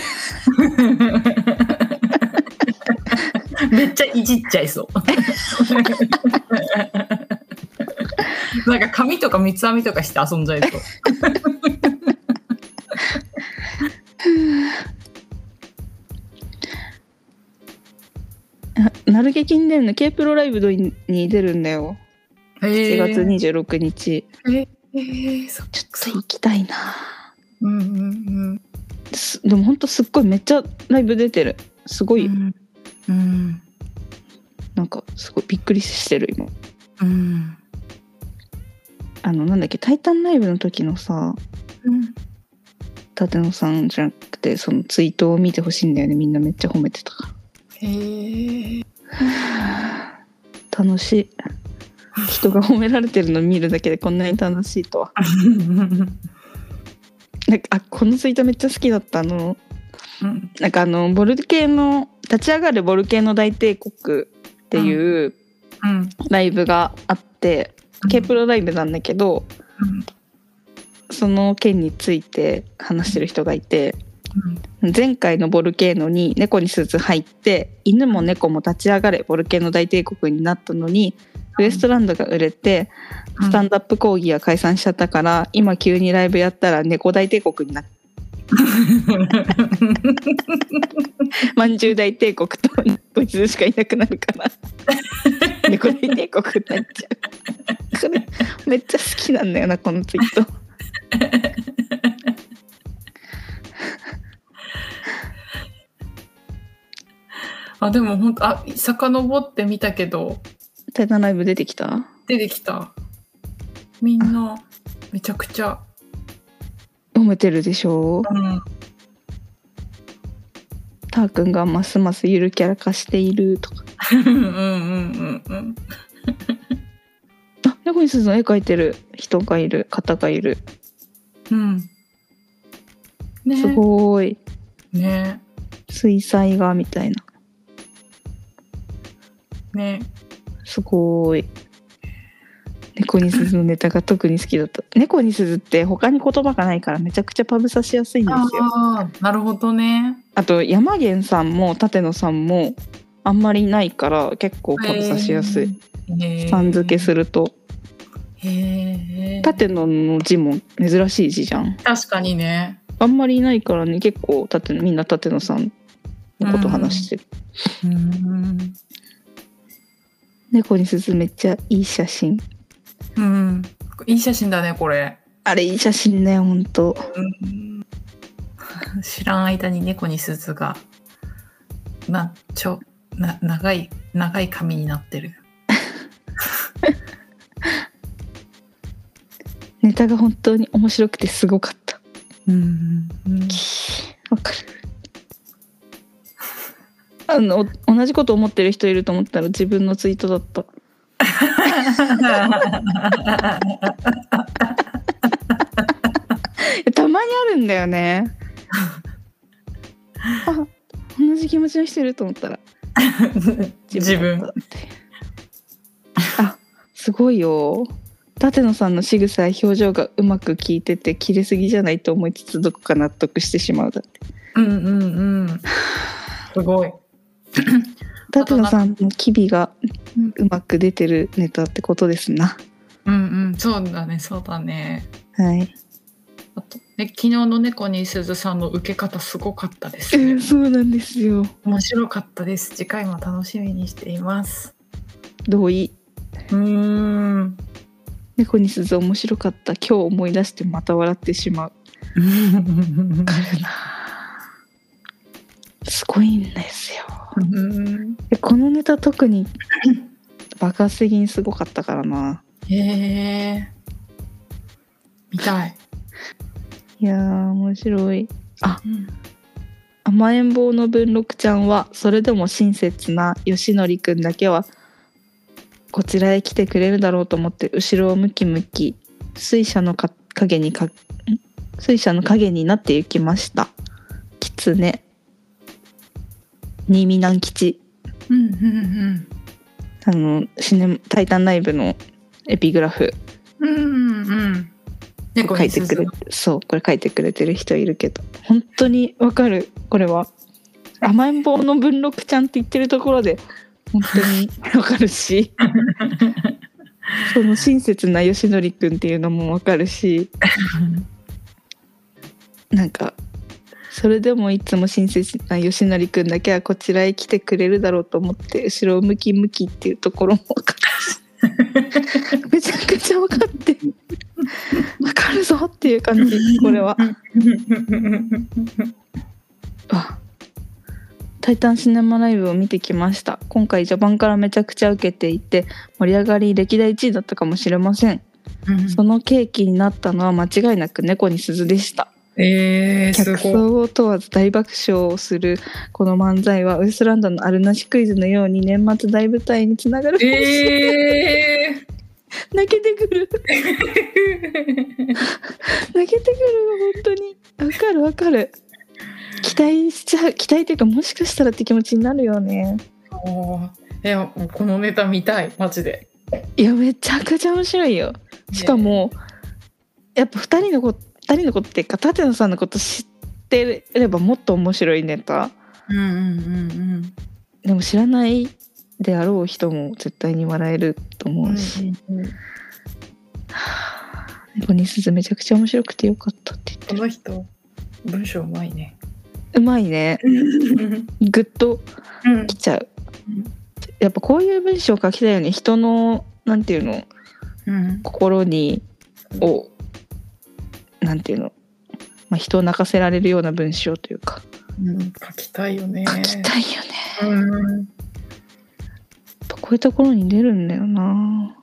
(laughs) めっちゃいじっちゃいそう (laughs) なんか髪とか三つ編みとかして遊んじゃい (laughs) そう
あなるげきんでんの K プロライブドイに出るんだよ7
え
月26日、
えー、そっ
ちょっと行きたいな
うんうん
すでもほんとすっごいめっちゃライブ出てるすご
うん
い、
うんうん
なんかすごいびっくりしてる今
うん
あのなんだっけ「タイタンライブ」の時のさ
うん
舘野さんじゃなくてそのツイートを見てほしいんだよねみんなめっちゃ褒めてたから
えー、
楽しい人が褒められてるの見るだけでこんなに楽しいとは (laughs) なんかあこのツイートめっちゃ好きだったあの
うん
なんかあのボル系の立ち上がるボル系の大帝国っていう
うん
ライブがあって、K プロライブなんだけど
うん
その件について話してる人がいて
うん
前回のボルケーノに猫にスーツ入って犬も猫も立ち上がれボルケーノ大帝国になったのにウエストランドが売れてスタンドアップ講義が解散しちゃったから今急にライブやったら猫大帝国になっ (laughs) まんじゅう大帝国とドイツしかいなくなるから (laughs) 猫大帝国になっちゃうそれめっちゃ好きなんだよなこのツイ (laughs) ート
(laughs) あでも本当あ遡ってみたけど
タイタンライブ出てきた
出てきたみんなめちゃくちゃ、
褒めてるでしょ
うん、
ターくんがますますゆるキャラ化しているとか
うんうんうんうん
あ猫にスーツの絵描いてる人がいる方がいる
うんね
すごい
ね
水彩画みたいな
ね
すごい猫に鈴のネタが特に好きだった猫に鈴って他に言葉がないからめちゃくちゃパブさしやすいんですよあ
ああなるほどね
と山源さんも舘野さんもあんまりないから結構パブさしやすい、さん付けす
る
ると
へえ
舘野の字も珍しい字じゃん
確かにね
あんまりいないからね結構舘野みんな舘野さんのこと話してる、
うん
猫に鈴めっちゃいい写真
うんいい写真だねこれ、
あれいい写真ねほんと
うん、知らん間に猫に鈴がなちょな長い長い髪になってる
ネタが本当に面白くてすごかった
うんうん
わかるあのお同じこと思ってる人いると思ったら自分のツイートだったいやたまにあるんだよねあ同じ気持ちの人いると思ったら
(laughs) 自分
だったっていうあすごいよ舘野さんの仕草や表情がうまく効いてて切れすぎじゃないと思いつつどこか納得してしまうだって
うん
(sighs)
うんうんすごいと
舘野さんの機微がうまく出てるネタってことですな
うんうんそうだねそうだね
はい、
あとね昨日の猫に鈴さんの受け方すごかったです
え
ね
ー (laughs) そうなんですよ
面白かったです次回も楽しみにしています
同意
うー (laughs) ん
猫に鈴面白かった今日思い出してまた笑ってしまうすごいんですよ
うん
でこのネタ特に爆発的にすごかったからな
へえ見たい、
いやー面白い甘えん坊の文禄ちゃんはそれでも親切な吉典くんだけはこちらへ来てくれるだろうと思って後ろを向き向き水車のか影にかん水車の影になって行きました狐新見南吉
うんうん
あのシネタイタンライブのエピグラフ
うんうんうんうん猫
書い
に
て
鈴
くれ
の
そうこれ書いてくれてる人いるけど本当にわかるこれは甘えん坊の文禄ちゃんって言ってるところで本 (laughs) 当にわかるしその親切なよしのりくんっていうのもわかるしなんかそれでもいつも親切なよしのりくんだけはこちらへ来てくれるだろうと思って後ろを向き向きっていうところもわか (laughs) るしめちゃくちゃわかってわかるぞっていう感じこれは。あタイタンシネマライブを見てきました今回序盤からめちゃくちゃ受けていて盛り上がり歴代1位だったかもしれませんその契機になったのは間違いなく猫に鈴でした
えー、す
客
ごい。
層を問わず大爆笑をするこの漫才はウエストランドのあるなしクイズのように年末大舞台につながる、
えー、
(laughs) 泣けてくる泣けてくるわ本当にわかるわかる期待しちゃう期待っていうかもしかしたらって気持ちになるよね
おーいや (laughs) もうこのネタ見たいマジで。
いやめちゃくちゃ面白いよしかも、やっぱ2人の子2人の子っていうか舘野さんのこと知ってればもっと面白いネタ
ね、うんうん
でも知らないであろう人も絶対に笑えると
うんうん
思うし、
うんうん。
はあ猫にすずめちゃくちゃ面白くてよかったって言って
この人文章うまいね。
うまいね
うん
グッときちゃう
うん
やっぱこういう文章を書きたいよね人のなんていうの
うん
心にをなんていうの、まあ、人を泣かせられるような文章というか
うん書きたいよね。
書きたいよね、
うん
こういうところに出るんだよな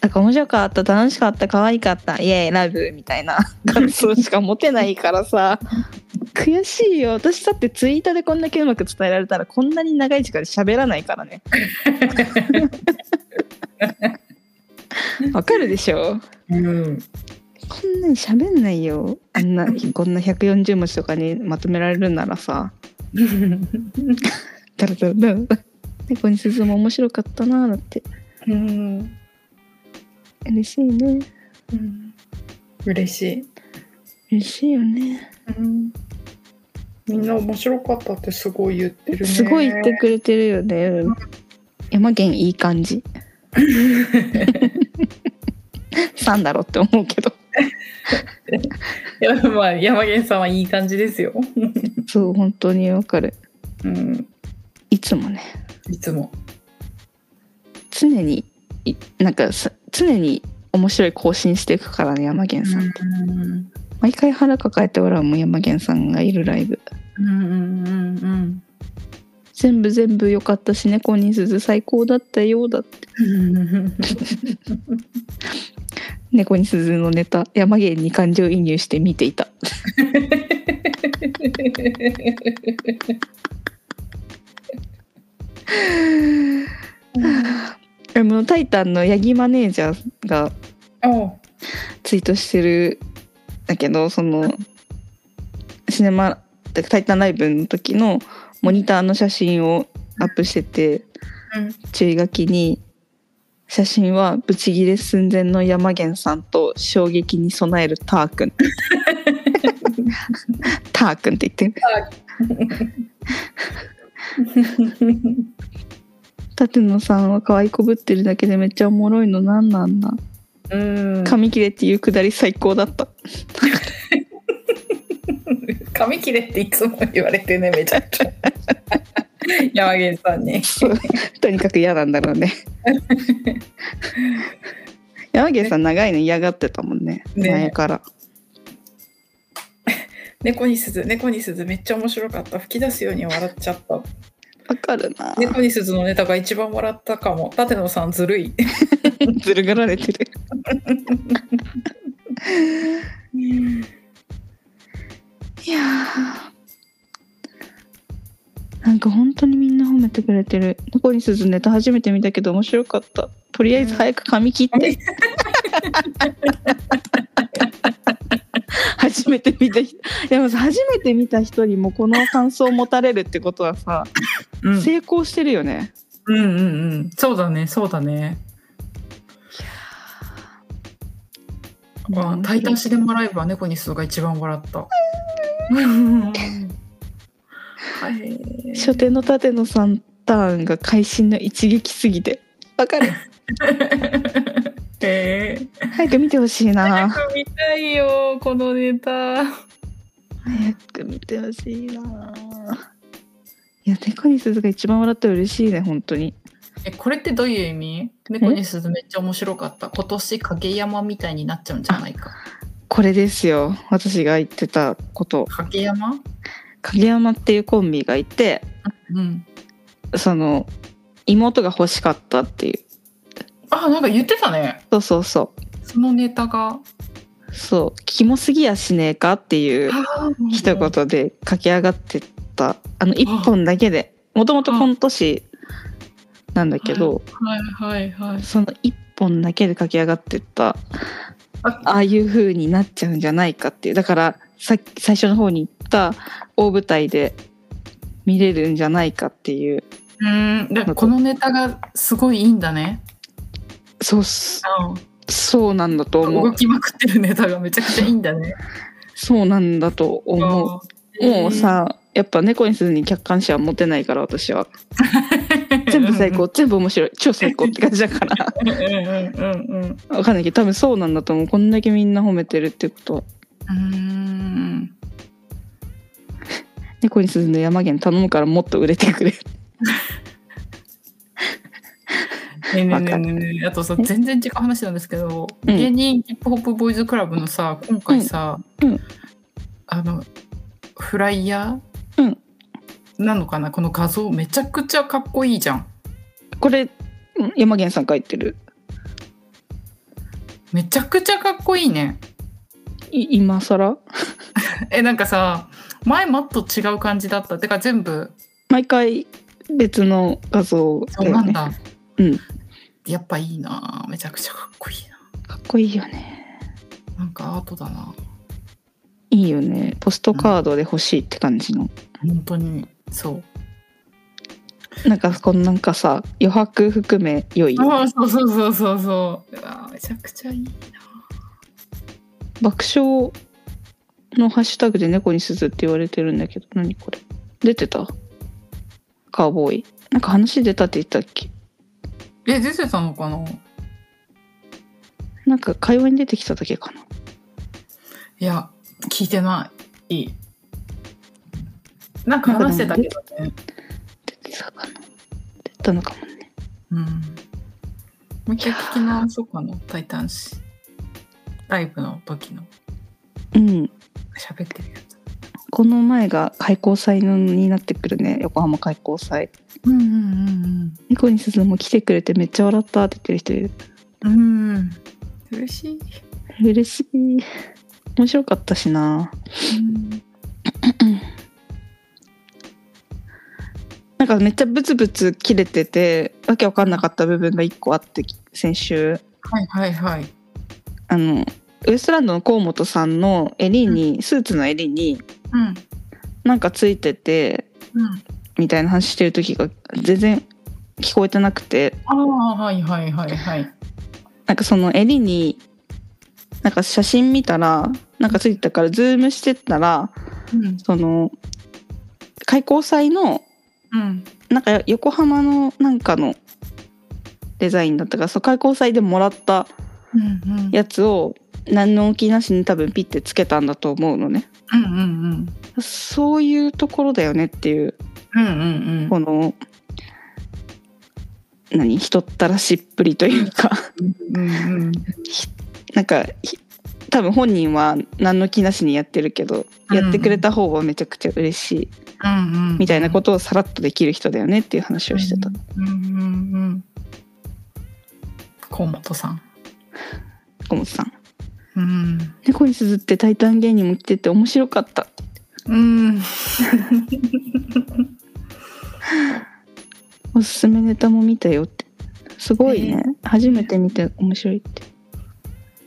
なんか面白かった楽しかった可愛かったイエーイラブみたいな感想しか持てないからさ悔しいよ私だってツイートでこんだけうまく伝えられたらこんなに長い時間で喋らないからねわかるでしょ
うん
こんなに喋んないよあんなこんな140文字とかにまとめられるならさダラダラダラダラ猫に鈴も面白かったなだって
うん
嬉しいね
うん嬉しい。
嬉しいよね
うんみんな面白かったってすごい言ってるね。
すごい言ってくれてるよね。山県いい感じ。さんだろって思うけど。
いや (laughs) まあ山源さんはいい感じですよ。
そう、本当にわかる。
うん、
いつもね、
いつも。
常に、いなんかさ、常に面白い更新していくからね、山源さん。
うん
毎回腹抱えて笑うもん、山源さんがいるライブ。
うんうんうんうん
全部全部良かったし、猫に鈴最高だった (laughs) ようだって。
うん
猫に鈴のネタ、山源に感情移入して見ていた。でもタイタンの八木マネージャーが
おう
ツイートしてるだけどそのシネマ「タイタンライブ」の時のモニターの写真をアップしてて
うん
注意書きに「写真はブチギレ寸前の山源さんと衝撃に備えるターくん」「ターくん」って言ってる舘野さんは可愛いこぶってるだけでめっちゃおもろいのなんなんだ
うん
髪切れっていうくだり最高だった
髪切れっていつも言われてねめちゃくちゃ山源さんに。
そう (laughs) とにかく嫌なんだろうね山毛さん長いの嫌がってたもんね
ね
前から
猫に鈴猫に鈴めっちゃ面白かった吹き出すように笑っちゃった
わかるな
猫に鈴のネタが一番笑ったかも。舘野さんずるい。
(laughs) ずるがられてるいやーなんか本当にみんな褒めてくれてる「猫に鈴ネタ初めて見たけど面白かったとりあえず早く髪切って」 (laughs) 初めて見た人いやまず初めて見た人にもこの感想を持たれるってことはさ、
うん、
成功してるよね
うんうんうん。そうだね、そうだね。まあ、タイタンシネマライブは猫に鈴が一番笑った。はい。
初手の舘野さんターンが会心の一撃すぎてわかる
え
(laughs)
ー、
早く見てほしい
早
な
く見たいよ、このネタ。
早く見てほしいな。いや、テコニスズが一番笑って嬉しいね、本当に。
え、これってどういう意味猫に鈴めっちゃ面白かった。今年影山みたいになっちゃうんじゃないか。
これですよ、私が言ってたこと。
影山
影山っていうコンビがいて、
うん。
その、妹が欲しかったっていう。
あ、なんか言ってたね。
そうそうそ
そのネタが。
う。そう、キモすぎやしねえかっていう一言で駆け上がってった。あの、一本だけで。もともと今年なんだけど、
はいはいはい。
その一本だけで駆け上がってった
あ
ああいう風になっちゃうんじゃないかっていうだからさっき最初の方に言った大舞台で見れるんじゃないかっていう
うーん、でこのネタがすごいいいんだね。
そうすそうなんだと思
動
う
きまくってるネタがめちゃくちゃいいんだね。
そうなんだと思うもう、さやっぱ猫にするに客観視は持てないから私は全部最。高全部面白い超最高って感じだから
うんうんうんうん。
わかんないけど多分そうなんだと思うこんだけみんな褒めてるってことは
うん。
猫にするの山源頼むからもっと売れてくれ (laughs)
ねえねえねえねえねえあとさ全然違う話なんですけど、
うん
芸人ヒップホップボーイズクラブのさ今回さ、
うんうん
あのフライヤー、
うん
なのかなこの画像めちゃくちゃかっこいいじゃん
これうん山源さん書いてる
めちゃくちゃかっこいいね
い今更
えなんかさ前マット違う感じだったてか全部
毎回別の画像
そ
だ
う
よ
なん
ねか
だ、
うん
やっぱいいなめちゃくちゃかっこいい
っこいいよね
ななんかアートだない
いよねポストカードで欲しいって感じの、
本当にそう
なんかこのなんかさ余白含め良いよ
ああそうそうそうそうそううわめちゃくちゃいい
爆笑のハッシュタグで猫に鈴って言われてるんだけど何これ出てたカーボーイなんか話出たって言ったっけ
え出てたのかな
なんか会話に出てきただけかない
や聞いてないいいなんか話してたけどね
出てたかな出たのかもね
うんもう一回聞き直そうかな「タイタンシ」ライブの時の
うん
喋ってるやつ
この前が開港祭のになってくるね横浜開港祭
うんうん
ニコニスさんも来てくれてめっちゃ笑ったって言ってる人いる
うんうんうん嬉しい
嬉しい面白かったしななんかめっちゃブツブツ切れててわけわかんなかった部分が一個あって先週
はいはいはい
あのウエストランドの河本さんの襟に、スーツの襟に
うん
なんかついてて
うん
みたいな話してる時が全然聞こえてなくて
ああはいはいはいはい
なんかその襟になんか写真見たらなんかついてたからズームしてったら
うん
その開港祭の
うん
なんか横浜のなんかのデザインだったからそう開港祭でもらった
うんうん
やつを何の気なしに多分ピッてつけたんだと思うのね
うんうんうん
そういうところだよねっていう
うんうん
この何人ったらしっぷりというか
うんうんうん
ひなんかひ多分本人は何の気なしにやってるけど、
うん
やってくれた方はめちゃくちゃ嬉しい
うんうん
みたいなことをさらっとできる人だよねっていう話をしてた、
うんうんうん河本さん
小本さん
うん
「猫に鈴って「タイタン芸人」も来てて面白かったって
うん
おすすめネタも見たよってすごいね、初めて見て面白いって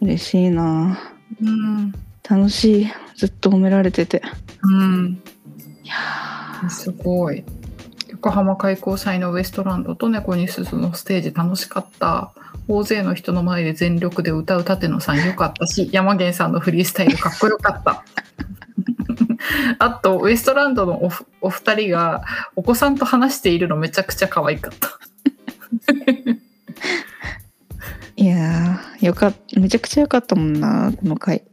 嬉しいな
うん
楽しいずっと褒められてて
うん
いや
すごい横浜開港祭のウエストランドと猫に鈴のステージ楽しかった大勢の人の前で全力で歌う舘野さん良かっ
(laughs)
たし山源さんのフリースタイルかっこよかった (laughs) あとウエストランドのおふお二人がお子さんと話しているのめちゃくちゃ可愛かった
ーいやーよかっためちゃくちゃよかったもんなこの回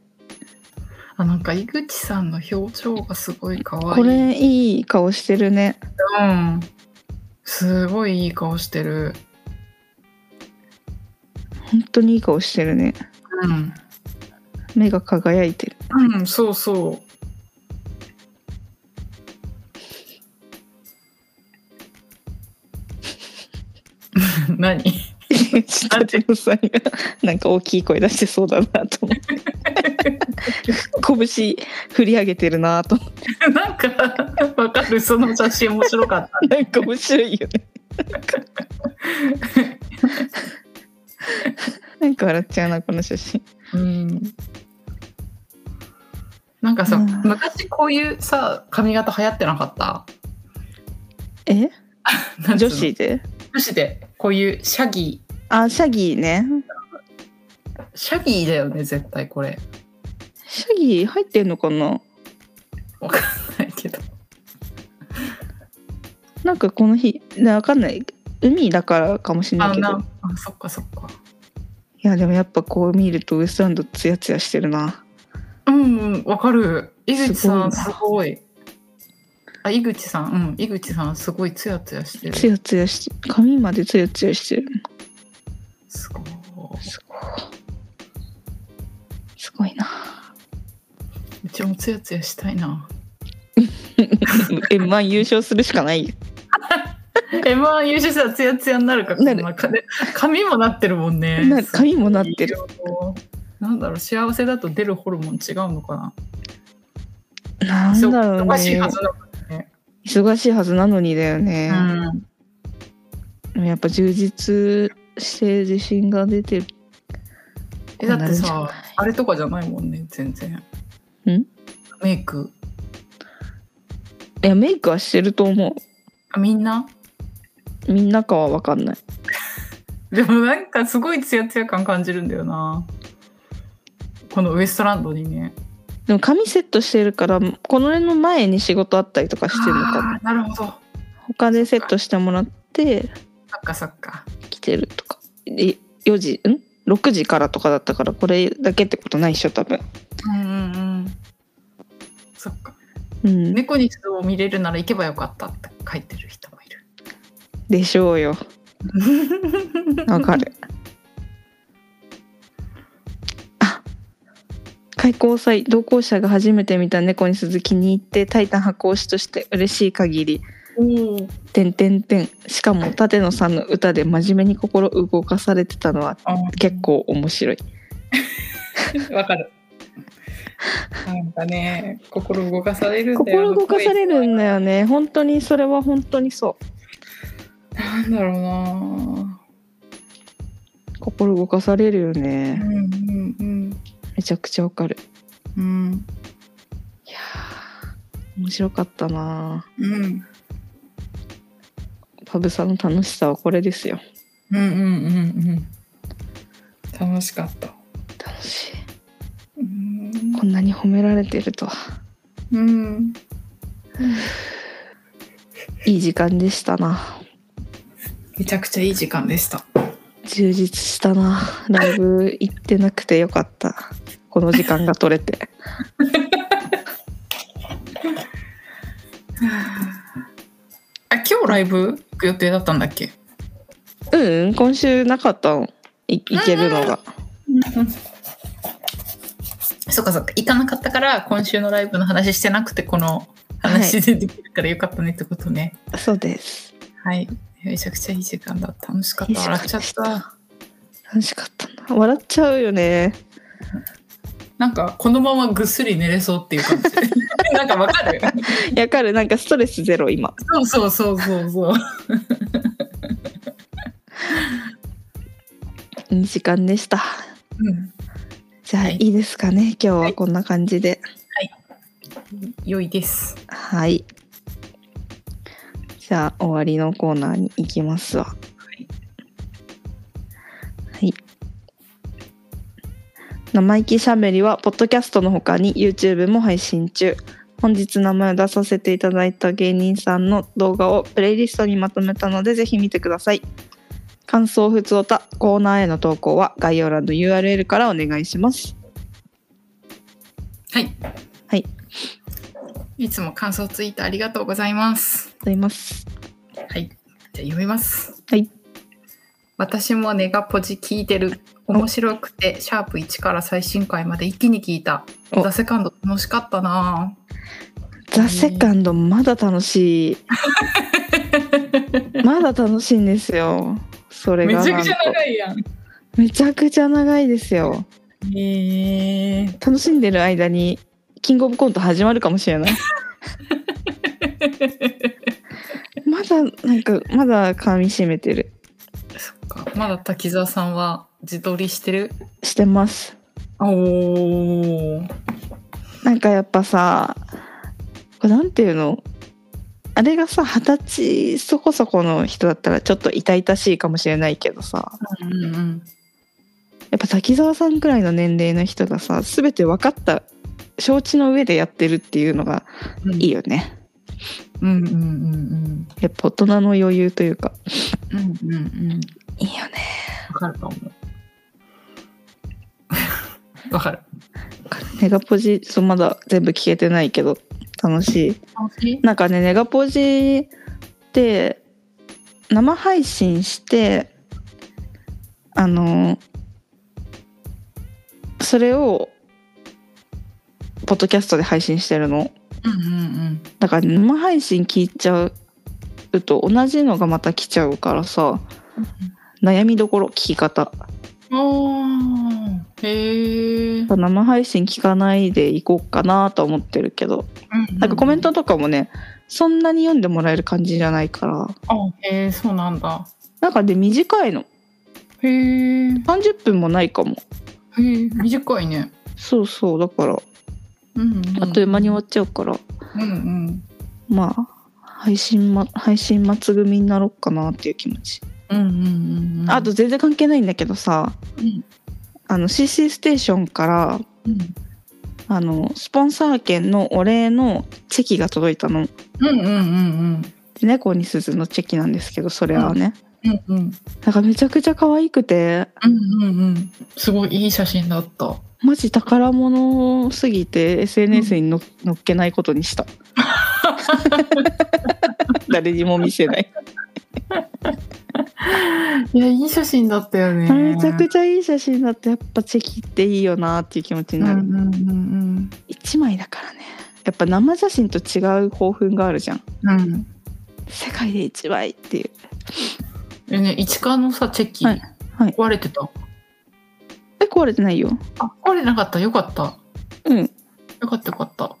あなんか井口さんの表情がすごい可愛い
これいい顔してるね
うんすごいいい顔してる
本当にいい顔してるね
うん
目が輝いてる
うん、そうそう。 (laughs) 何 (laughs)
ちょっとお父さんがなんか大きい声出してそうだなと思って拳振り上げてるなと思っ
なんかわかるその写真面白かった
てなんか面白いよねなんか笑っ (laughs) ちゃうなこの写真
うんなんかさ、
うん
昔こういうさ髪型流行ってなかった
え
なんつ
女
うの
子で
女子でこういうシャギー
あシャギーね
シャギーだよね絶対これ
シャギー入ってんのかな
わかんないけど
なんかこの日なわかんない海だからかもしれない
あ
けど
なあそっかそっか
いやでもやっぱこう見るとウエストランドツヤツヤしてるな
うんうん、わかる。井口さん、
す
すごい。あ、井口さん、うん、井口さん、すごいツヤツヤして
ツ
る。
ヤツヤして髪までツヤツヤしてる
すごい。
すごいすごいな
うちもツヤツヤしたいな。
(laughs) えまあ優勝するしかないよ
え、まあ、優勝したらツヤツヤになるか、
なる
こん金髪もなってるもんね。
な髪もなってる
すごいよ。なんだろう、幸せだと出るホルモン違うのかな。
なんだろう
忙しい
ね
はずだ。
忙しいはずなのにだよね、
うん。
でもやっぱ充実して自信が出てる
え、だって
こうなるん
さ
じゃない、
あれとかじゃないもんね、全然。
ん
メイク。
いやメイクはしてると思
あみんな
うみんなかは分かんない
でもなんかすごいツヤツヤ感感じるんだよな。このウエストランドにね。
でも髪セットしてるからこの絵の前に仕事あったりとかしてるのかな
あーなるほど。
他でセットしてもらって
そっかそっか。
来てるとかで4時ん6時からとかだったからこれだけってことないっしょ多分
うんうんうん。そっか。
うん、
猫に人を見れるなら行けばよかったって書いてる人もい
(laughs)
る。
でしょうよわかる。 (laughs) あ開校祭同行者が初めて見た猫に鈴気に入って「タイタン」箱推しとして嬉しい限り
おお。
「てんてんてん」しかも舘野さんの歌で真面目に心動かされてたのは
あ
結構面白い
わかる。なんかね、心動かされるんだよ
心動かされるんだよね本当にそれは本当にそ
なんだろうな。
う心動かされるよ
う
ね
んうんうん。
めちゃくちゃわかる
うん。
いやー面白かったな
うん。
パブさんの楽しさはこれですよ
うんうんうんうん。楽しかった。
楽しい
うん。
こんなに褒められてるとは
うん。
いい時間でしたな
めちゃくちゃいい時間でした。
充実したなライブ行ってなくてよかったこの時間が取れて (laughs)
あ、今日ライブ行く予定だったんだっけ。
うん、今週なかったのい行けるのが
そうかそうか行かなかったから今週のライブの話してなくてこの話でできるからよかったねってことね
そうです
はい、めちゃくちゃいい時間だった楽しかっ
いい
た
時間
笑っちゃった
楽しかったな笑っちゃうよね
なんかこのままぐっすり寝れそうっていう感じ (laughs) なんかわか (laughs) る
やかるなんかストレスゼロ今
そうそうそうそうそう
いい時間でした
うん
じゃあ、
はいい、
いですかね今日はこんな感じで
良いです
はいじゃあ終わりのコーナーに行きますわ
い
はい生意気しゃべりはポッドキャストの他に YouTube も配信中本日名前を出させていただいた芸人さんの動画をプレイリストにまとめたのでぜひ見てください感想ふつおたコーナーへの投稿は概要欄の URL からお願いします
はい
はい
いつも感想ツイートありがとうございます
ございます
はいじゃあ読みます
はい
私もネガポジ聞いてる面白くてシャープ1から最新回まで一気に聞いた
お
ザセカンド楽しかっ
(laughs)
たなぁ
ザ・セカンドまだ楽しい
(laughs)
まだ楽しいんですよ。それ
め
が
ちゃくちゃ
なんと
長いやん
めちゃくちゃ長いですよ。
えー、
楽しんでる間にキングオブコント始まるかもしれ
(laughs)
ない。まだなんかまだ噛み締めてる。
そっかまだ滝沢さんは自撮りしてる
してます。
おー
なんかやっぱさ、これなんていうの？あれがさ二十歳そこそこの人だったらちょっと痛々しいかもしれないけどさ
うんうん
やっぱ滝沢さんくらいの年齢の人がさ全て分かった承知の上でやってるっていうのが
うん
いいよね。
うんうんうん
やっぱ大人の余裕というか
うんうんうんうん
いいよね
わかるかもわかる
ネガポジそうまだ全部聞けてないけど楽しい
楽しい
なんかねネガポジって生配信してあのそれをポッドキャストで配信してるの
うんうん
だから生配信聞いちゃうと同じのがまた来ちゃうからさ悩みどころ聞き方
うんあーへえ
生配信聞かないでいこうかなと思ってるけどなんかコメントとかもねそんなに読んでもらえる感じじゃないから
あへえそうなんだ
なんかで短いの
へえへ
30分もないかも
え短いね
そうそうだから
うんうん、
あっという間に終わっちゃうから、
うんうん
まあ配信,、ま、配信末組になろうかなっていう気持ち、
うんうんうん
あと全然関係ないんだけどさ
うん
あの CC ステーションから
うん
あのスポンサー券のお礼のチェキが届いたの
うんうんうん
で猫に鈴のチェキなんですけどそれはね、
うんうんうん
なんかめちゃくちゃ可愛くて
うんうんうんすごいいい写真だった
(laughs) マジ宝物すぎて SNS にのっ載っけないことにした (laughs) 誰にも見せない
いやいい写真だったよね
めちゃくちゃいい写真だってやっぱチェキっていいよなっていう気持ちにな
う
る、
んうんうん
一枚だからねやっぱ生写真と違う興奮があるじゃん
うんうん
世界で一枚っていう
えね市川のさチェキ、
はいはい
壊れてた
え壊れてないよ
あ壊れてなかったよかった
うん
よかったよかった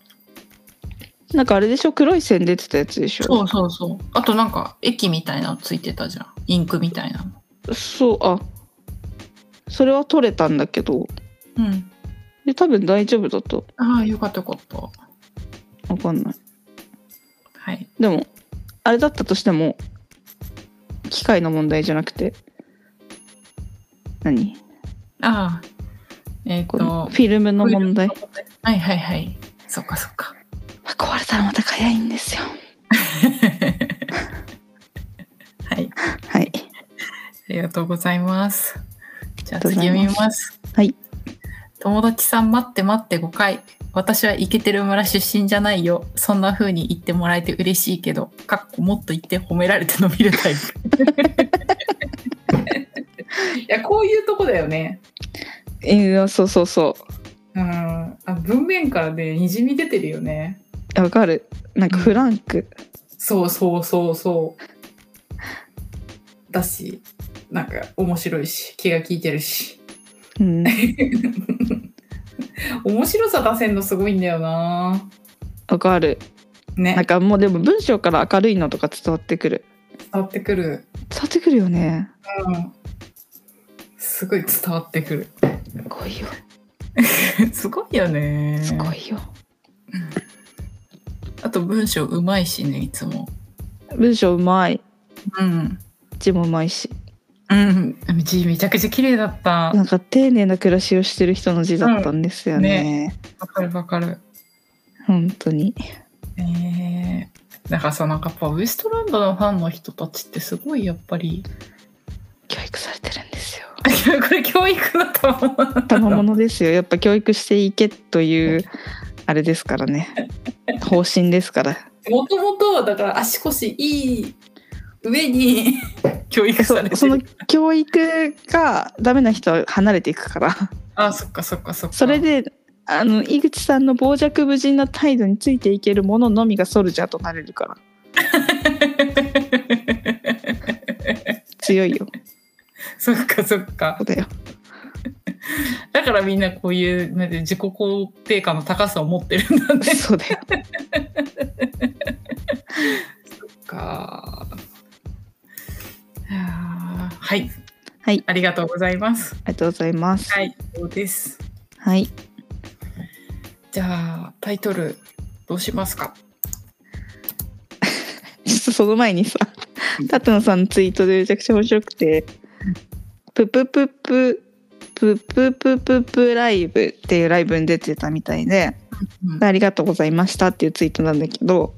なんかあれでしょ黒い線出てたやつでしょ
そうそうそうあとなんか液みたいなのついてたじゃんインクみたいなの
そうあそれは取れたんだけど
うん
で多分大丈夫だと
ああよかったよかった
わかんない
はい
でもあれだったとしても機械の問題じゃなくて何
ああえっ、
この
と
フィルムの問題
フィルムの問題はいはいはいそっかそっか (laughs)
壊れたらまた早いんですよ
はい
はい
ありがとうございます。じゃあ
ありがとう
次読
ござい
み
ます
ます。
はい。
友達さん待って待って5回。私はイケてる村出身じゃないよ。そんな風に言ってもらえて嬉しいけど、かっこもっと言って褒められて伸びる (laughs) タイプ。いや、こういうとこだよね。
えーそうそうそう
うん。あ文面からね、にじみ出てるよね。
わかるなんかフランク、
そうそうそうそう。だし、なんか面白いし、気が利いてるし。
うん、
(laughs) 面白さ出せんのすごいんだよな。
わかる
ね
なん、かもうでも文章から明るいのとか伝わってくる
伝わってくる。
伝わってくるよね
うん。すごい伝わってくる。
すごいよ
(laughs) すごいよね。
すごいよ
あと文章うまいしね、いつも。
文章うまい
うん。
字もうまいし
うん。字めちゃくちゃ綺麗だった。
なんか丁寧な暮らしをしてる人の字だったんですよね,、
わかるわかる。
本当に
ええだからさ、なんかやっぱウエストランドのファンの人たちってすごいやっぱり。 (laughs)
教育されてるんですよ
これ教育だと思う。
賜物ですよやっぱ教育していけというあれですからね方針ですから
もともと、だから足腰いい上に (laughs) 教育され
そ
て
その
る。
教育がダメな人は離れていくから
あ、そっかそっかそっか。
それであの井口さんの傍若無人な態度についていけるもののみがソルジャーとなれるから強いよ
(laughs) そっかそっか
そう。だよ
だからみんなこういうなんで自己肯定感の高さを持ってるんだね。
そうだよ
か。いやーはい。
はい
ありがとうございます。
ありがとうございます
はい。そうです。
はい、
じゃあ、タイトル、どうします (laughs) か
ちょっとその前にさ舘野さんのツイートでめちゃくちゃ面白くて「プププププププププライブ」っていうライブに出てたみたいで
う
「
ん
ありがとうございました」っていうツイートなんだけど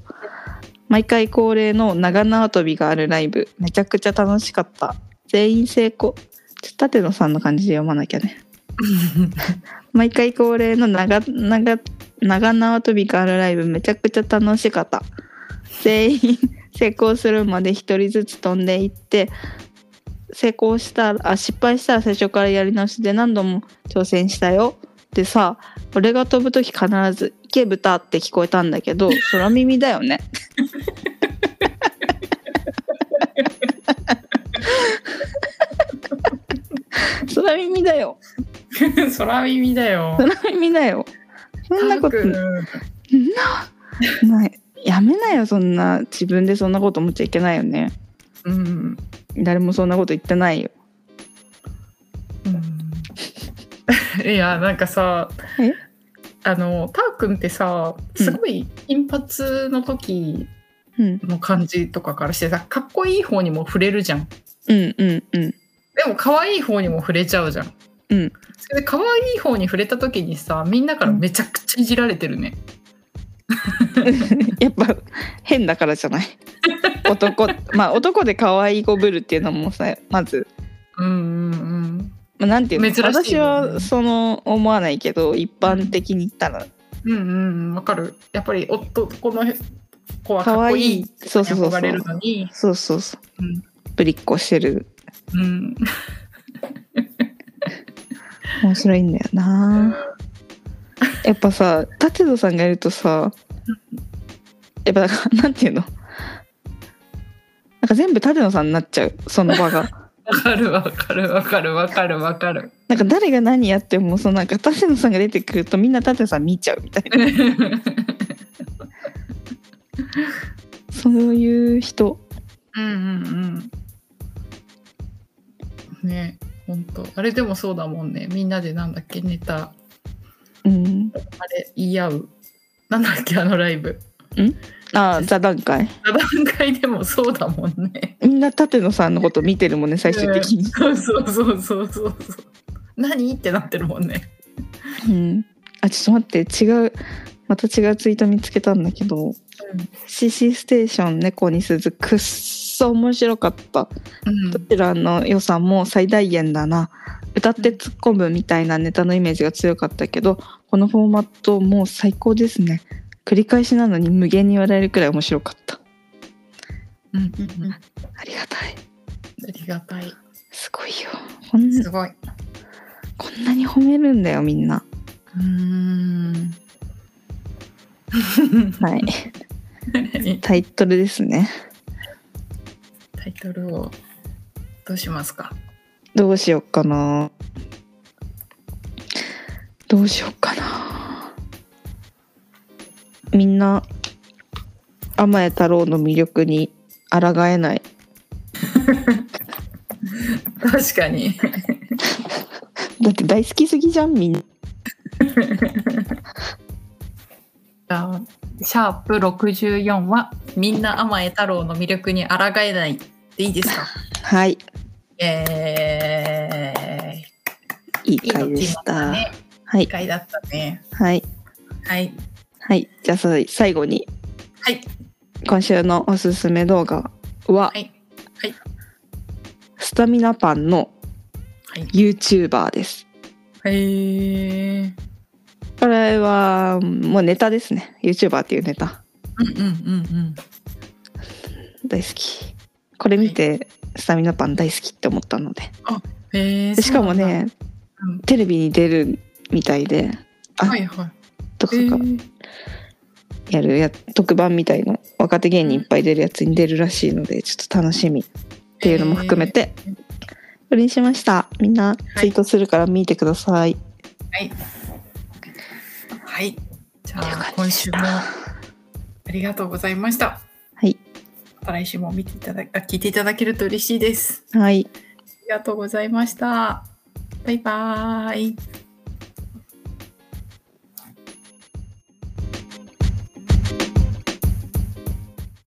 毎回恒例の長縄跳びがあるライブめちゃくちゃ楽しかった全員成功ちょっと舘野さんの感じで読まなきゃね毎回恒例の長長長縄跳びがあるライブめちゃくちゃ楽しかった全員 (laughs) 成功するまで一人ずつ飛んでいって成功したらあ失敗したら最初からやり直しで何度も挑戦したよでさ俺が飛ぶ時必ず「池豚」って聞こえたんだけど空耳だよね (laughs) 空耳だよ
空耳だよ。
空耳だよそんなこと
タク
ないやめなよそんな自分でそんなこと思っちゃいけないよね
うん。
誰もそんなこと言ってないよ
うん (laughs) いや、なんかさ
え、
あの、ターくんってさ、すごい金髪の時
うん
の感じとかからしてさ、かっこいい方にも触れるじゃん。
うんうんうん (laughs)
でも可愛い方にも触れちゃうじゃん。
うん。
それで可愛い方に触れた時にさ、みんなからめちゃくちゃいじられてるね。
やっぱ変だからじゃない男まあ男で可愛い子ぶるっていうのもさまず、
うんうんうん。
まあ、なんていうの、
珍しいよね
私はその思わないけど一般的に言ったら
うんうんうん、わかる。やっぱり男の子はか
可
っこ
愛い
いい。
そうそうそうそ
憧れ
う
るのに。
そうそうそう
うん
ぶりっこしてる
うん。
面白いんだよなやっぱさ舘野さんがいるとさやっぱなんかなんていうのなんか全部舘野さんになっちゃうその場が
わかるわかるわかるわかるわかる。
なんか誰が何やってもそのなんか舘野さんが出てくるとみんな舘野さん見ちゃうみたいなそういう人
うんうんうん。ね本当あれでもそうだもんね。みんなでなんだっけ、ネタ、
うん
あれ、言い合う。なんだっけ、あのライブ。
ああ座談会
段階でもそうだもんね。
みんな舘野さんのこと見てるもんね最終的に、
うんそうそうそうそうそうそう。何ってなってるもんね。
うん、あちょっと待って違うまた違うツイート見つけたんだけど「CC ステーション猫に鈴」くっそ面白かった
うん
どちらの予算も最大限だな歌って突っ込むみたいなネタのイメージが強かったけどこのフォーマットもう最高ですね繰り返しなのに無限に笑えるくらい面白かった
うんうんうん。あ
ありがたい
りがたい。
すごいよこん
すごい。
こんなに褒めるんだよみんな
うーん。
はい。タイトルですね。
タイトルをどうしますか
どうしよっかな。どうしよっかな。みんな、天江太郎の魅力に抗えない。
確かに
だって大好きすぎじゃん、みんな。
あシャープ64はみんな天江太郎の魅力に抗えないでいい (laughs) ですか
はい、
えー、
いい
いい
回
の
で
来
し
ました
た。
ね。
はい
いい回だったね。
はい。
はい。
はい。じゃあさい最後に、
はい。
今週のおすすめ動画は、
はい。
スタミナパンの
はい。
YouTuber です。
へー
これは、もうネタですね。YouTuber っていうネタ。
うんうんうんうん。
大好きこれ見てスタミナパン大好きって思ったので
へえ。
しかもね
そうなんだ。
テレビに出るみたいで
う
あ
んはいはい。
とか
へ
か
ー
やるや特番みたいの若手芸人いっぱい出るやつに出るらしいのでちょっと楽しみっていうのも含めてこれにしましたみんないツイートするから見てください、
はい。はい。じゃ
っていう
あ、
感じ
今
で
週
し
も
た
ありがとうございました。
はい
また来週も見ていただあ聞いていただけると嬉しいです。
はい
ありがとうございました。バイバーイ。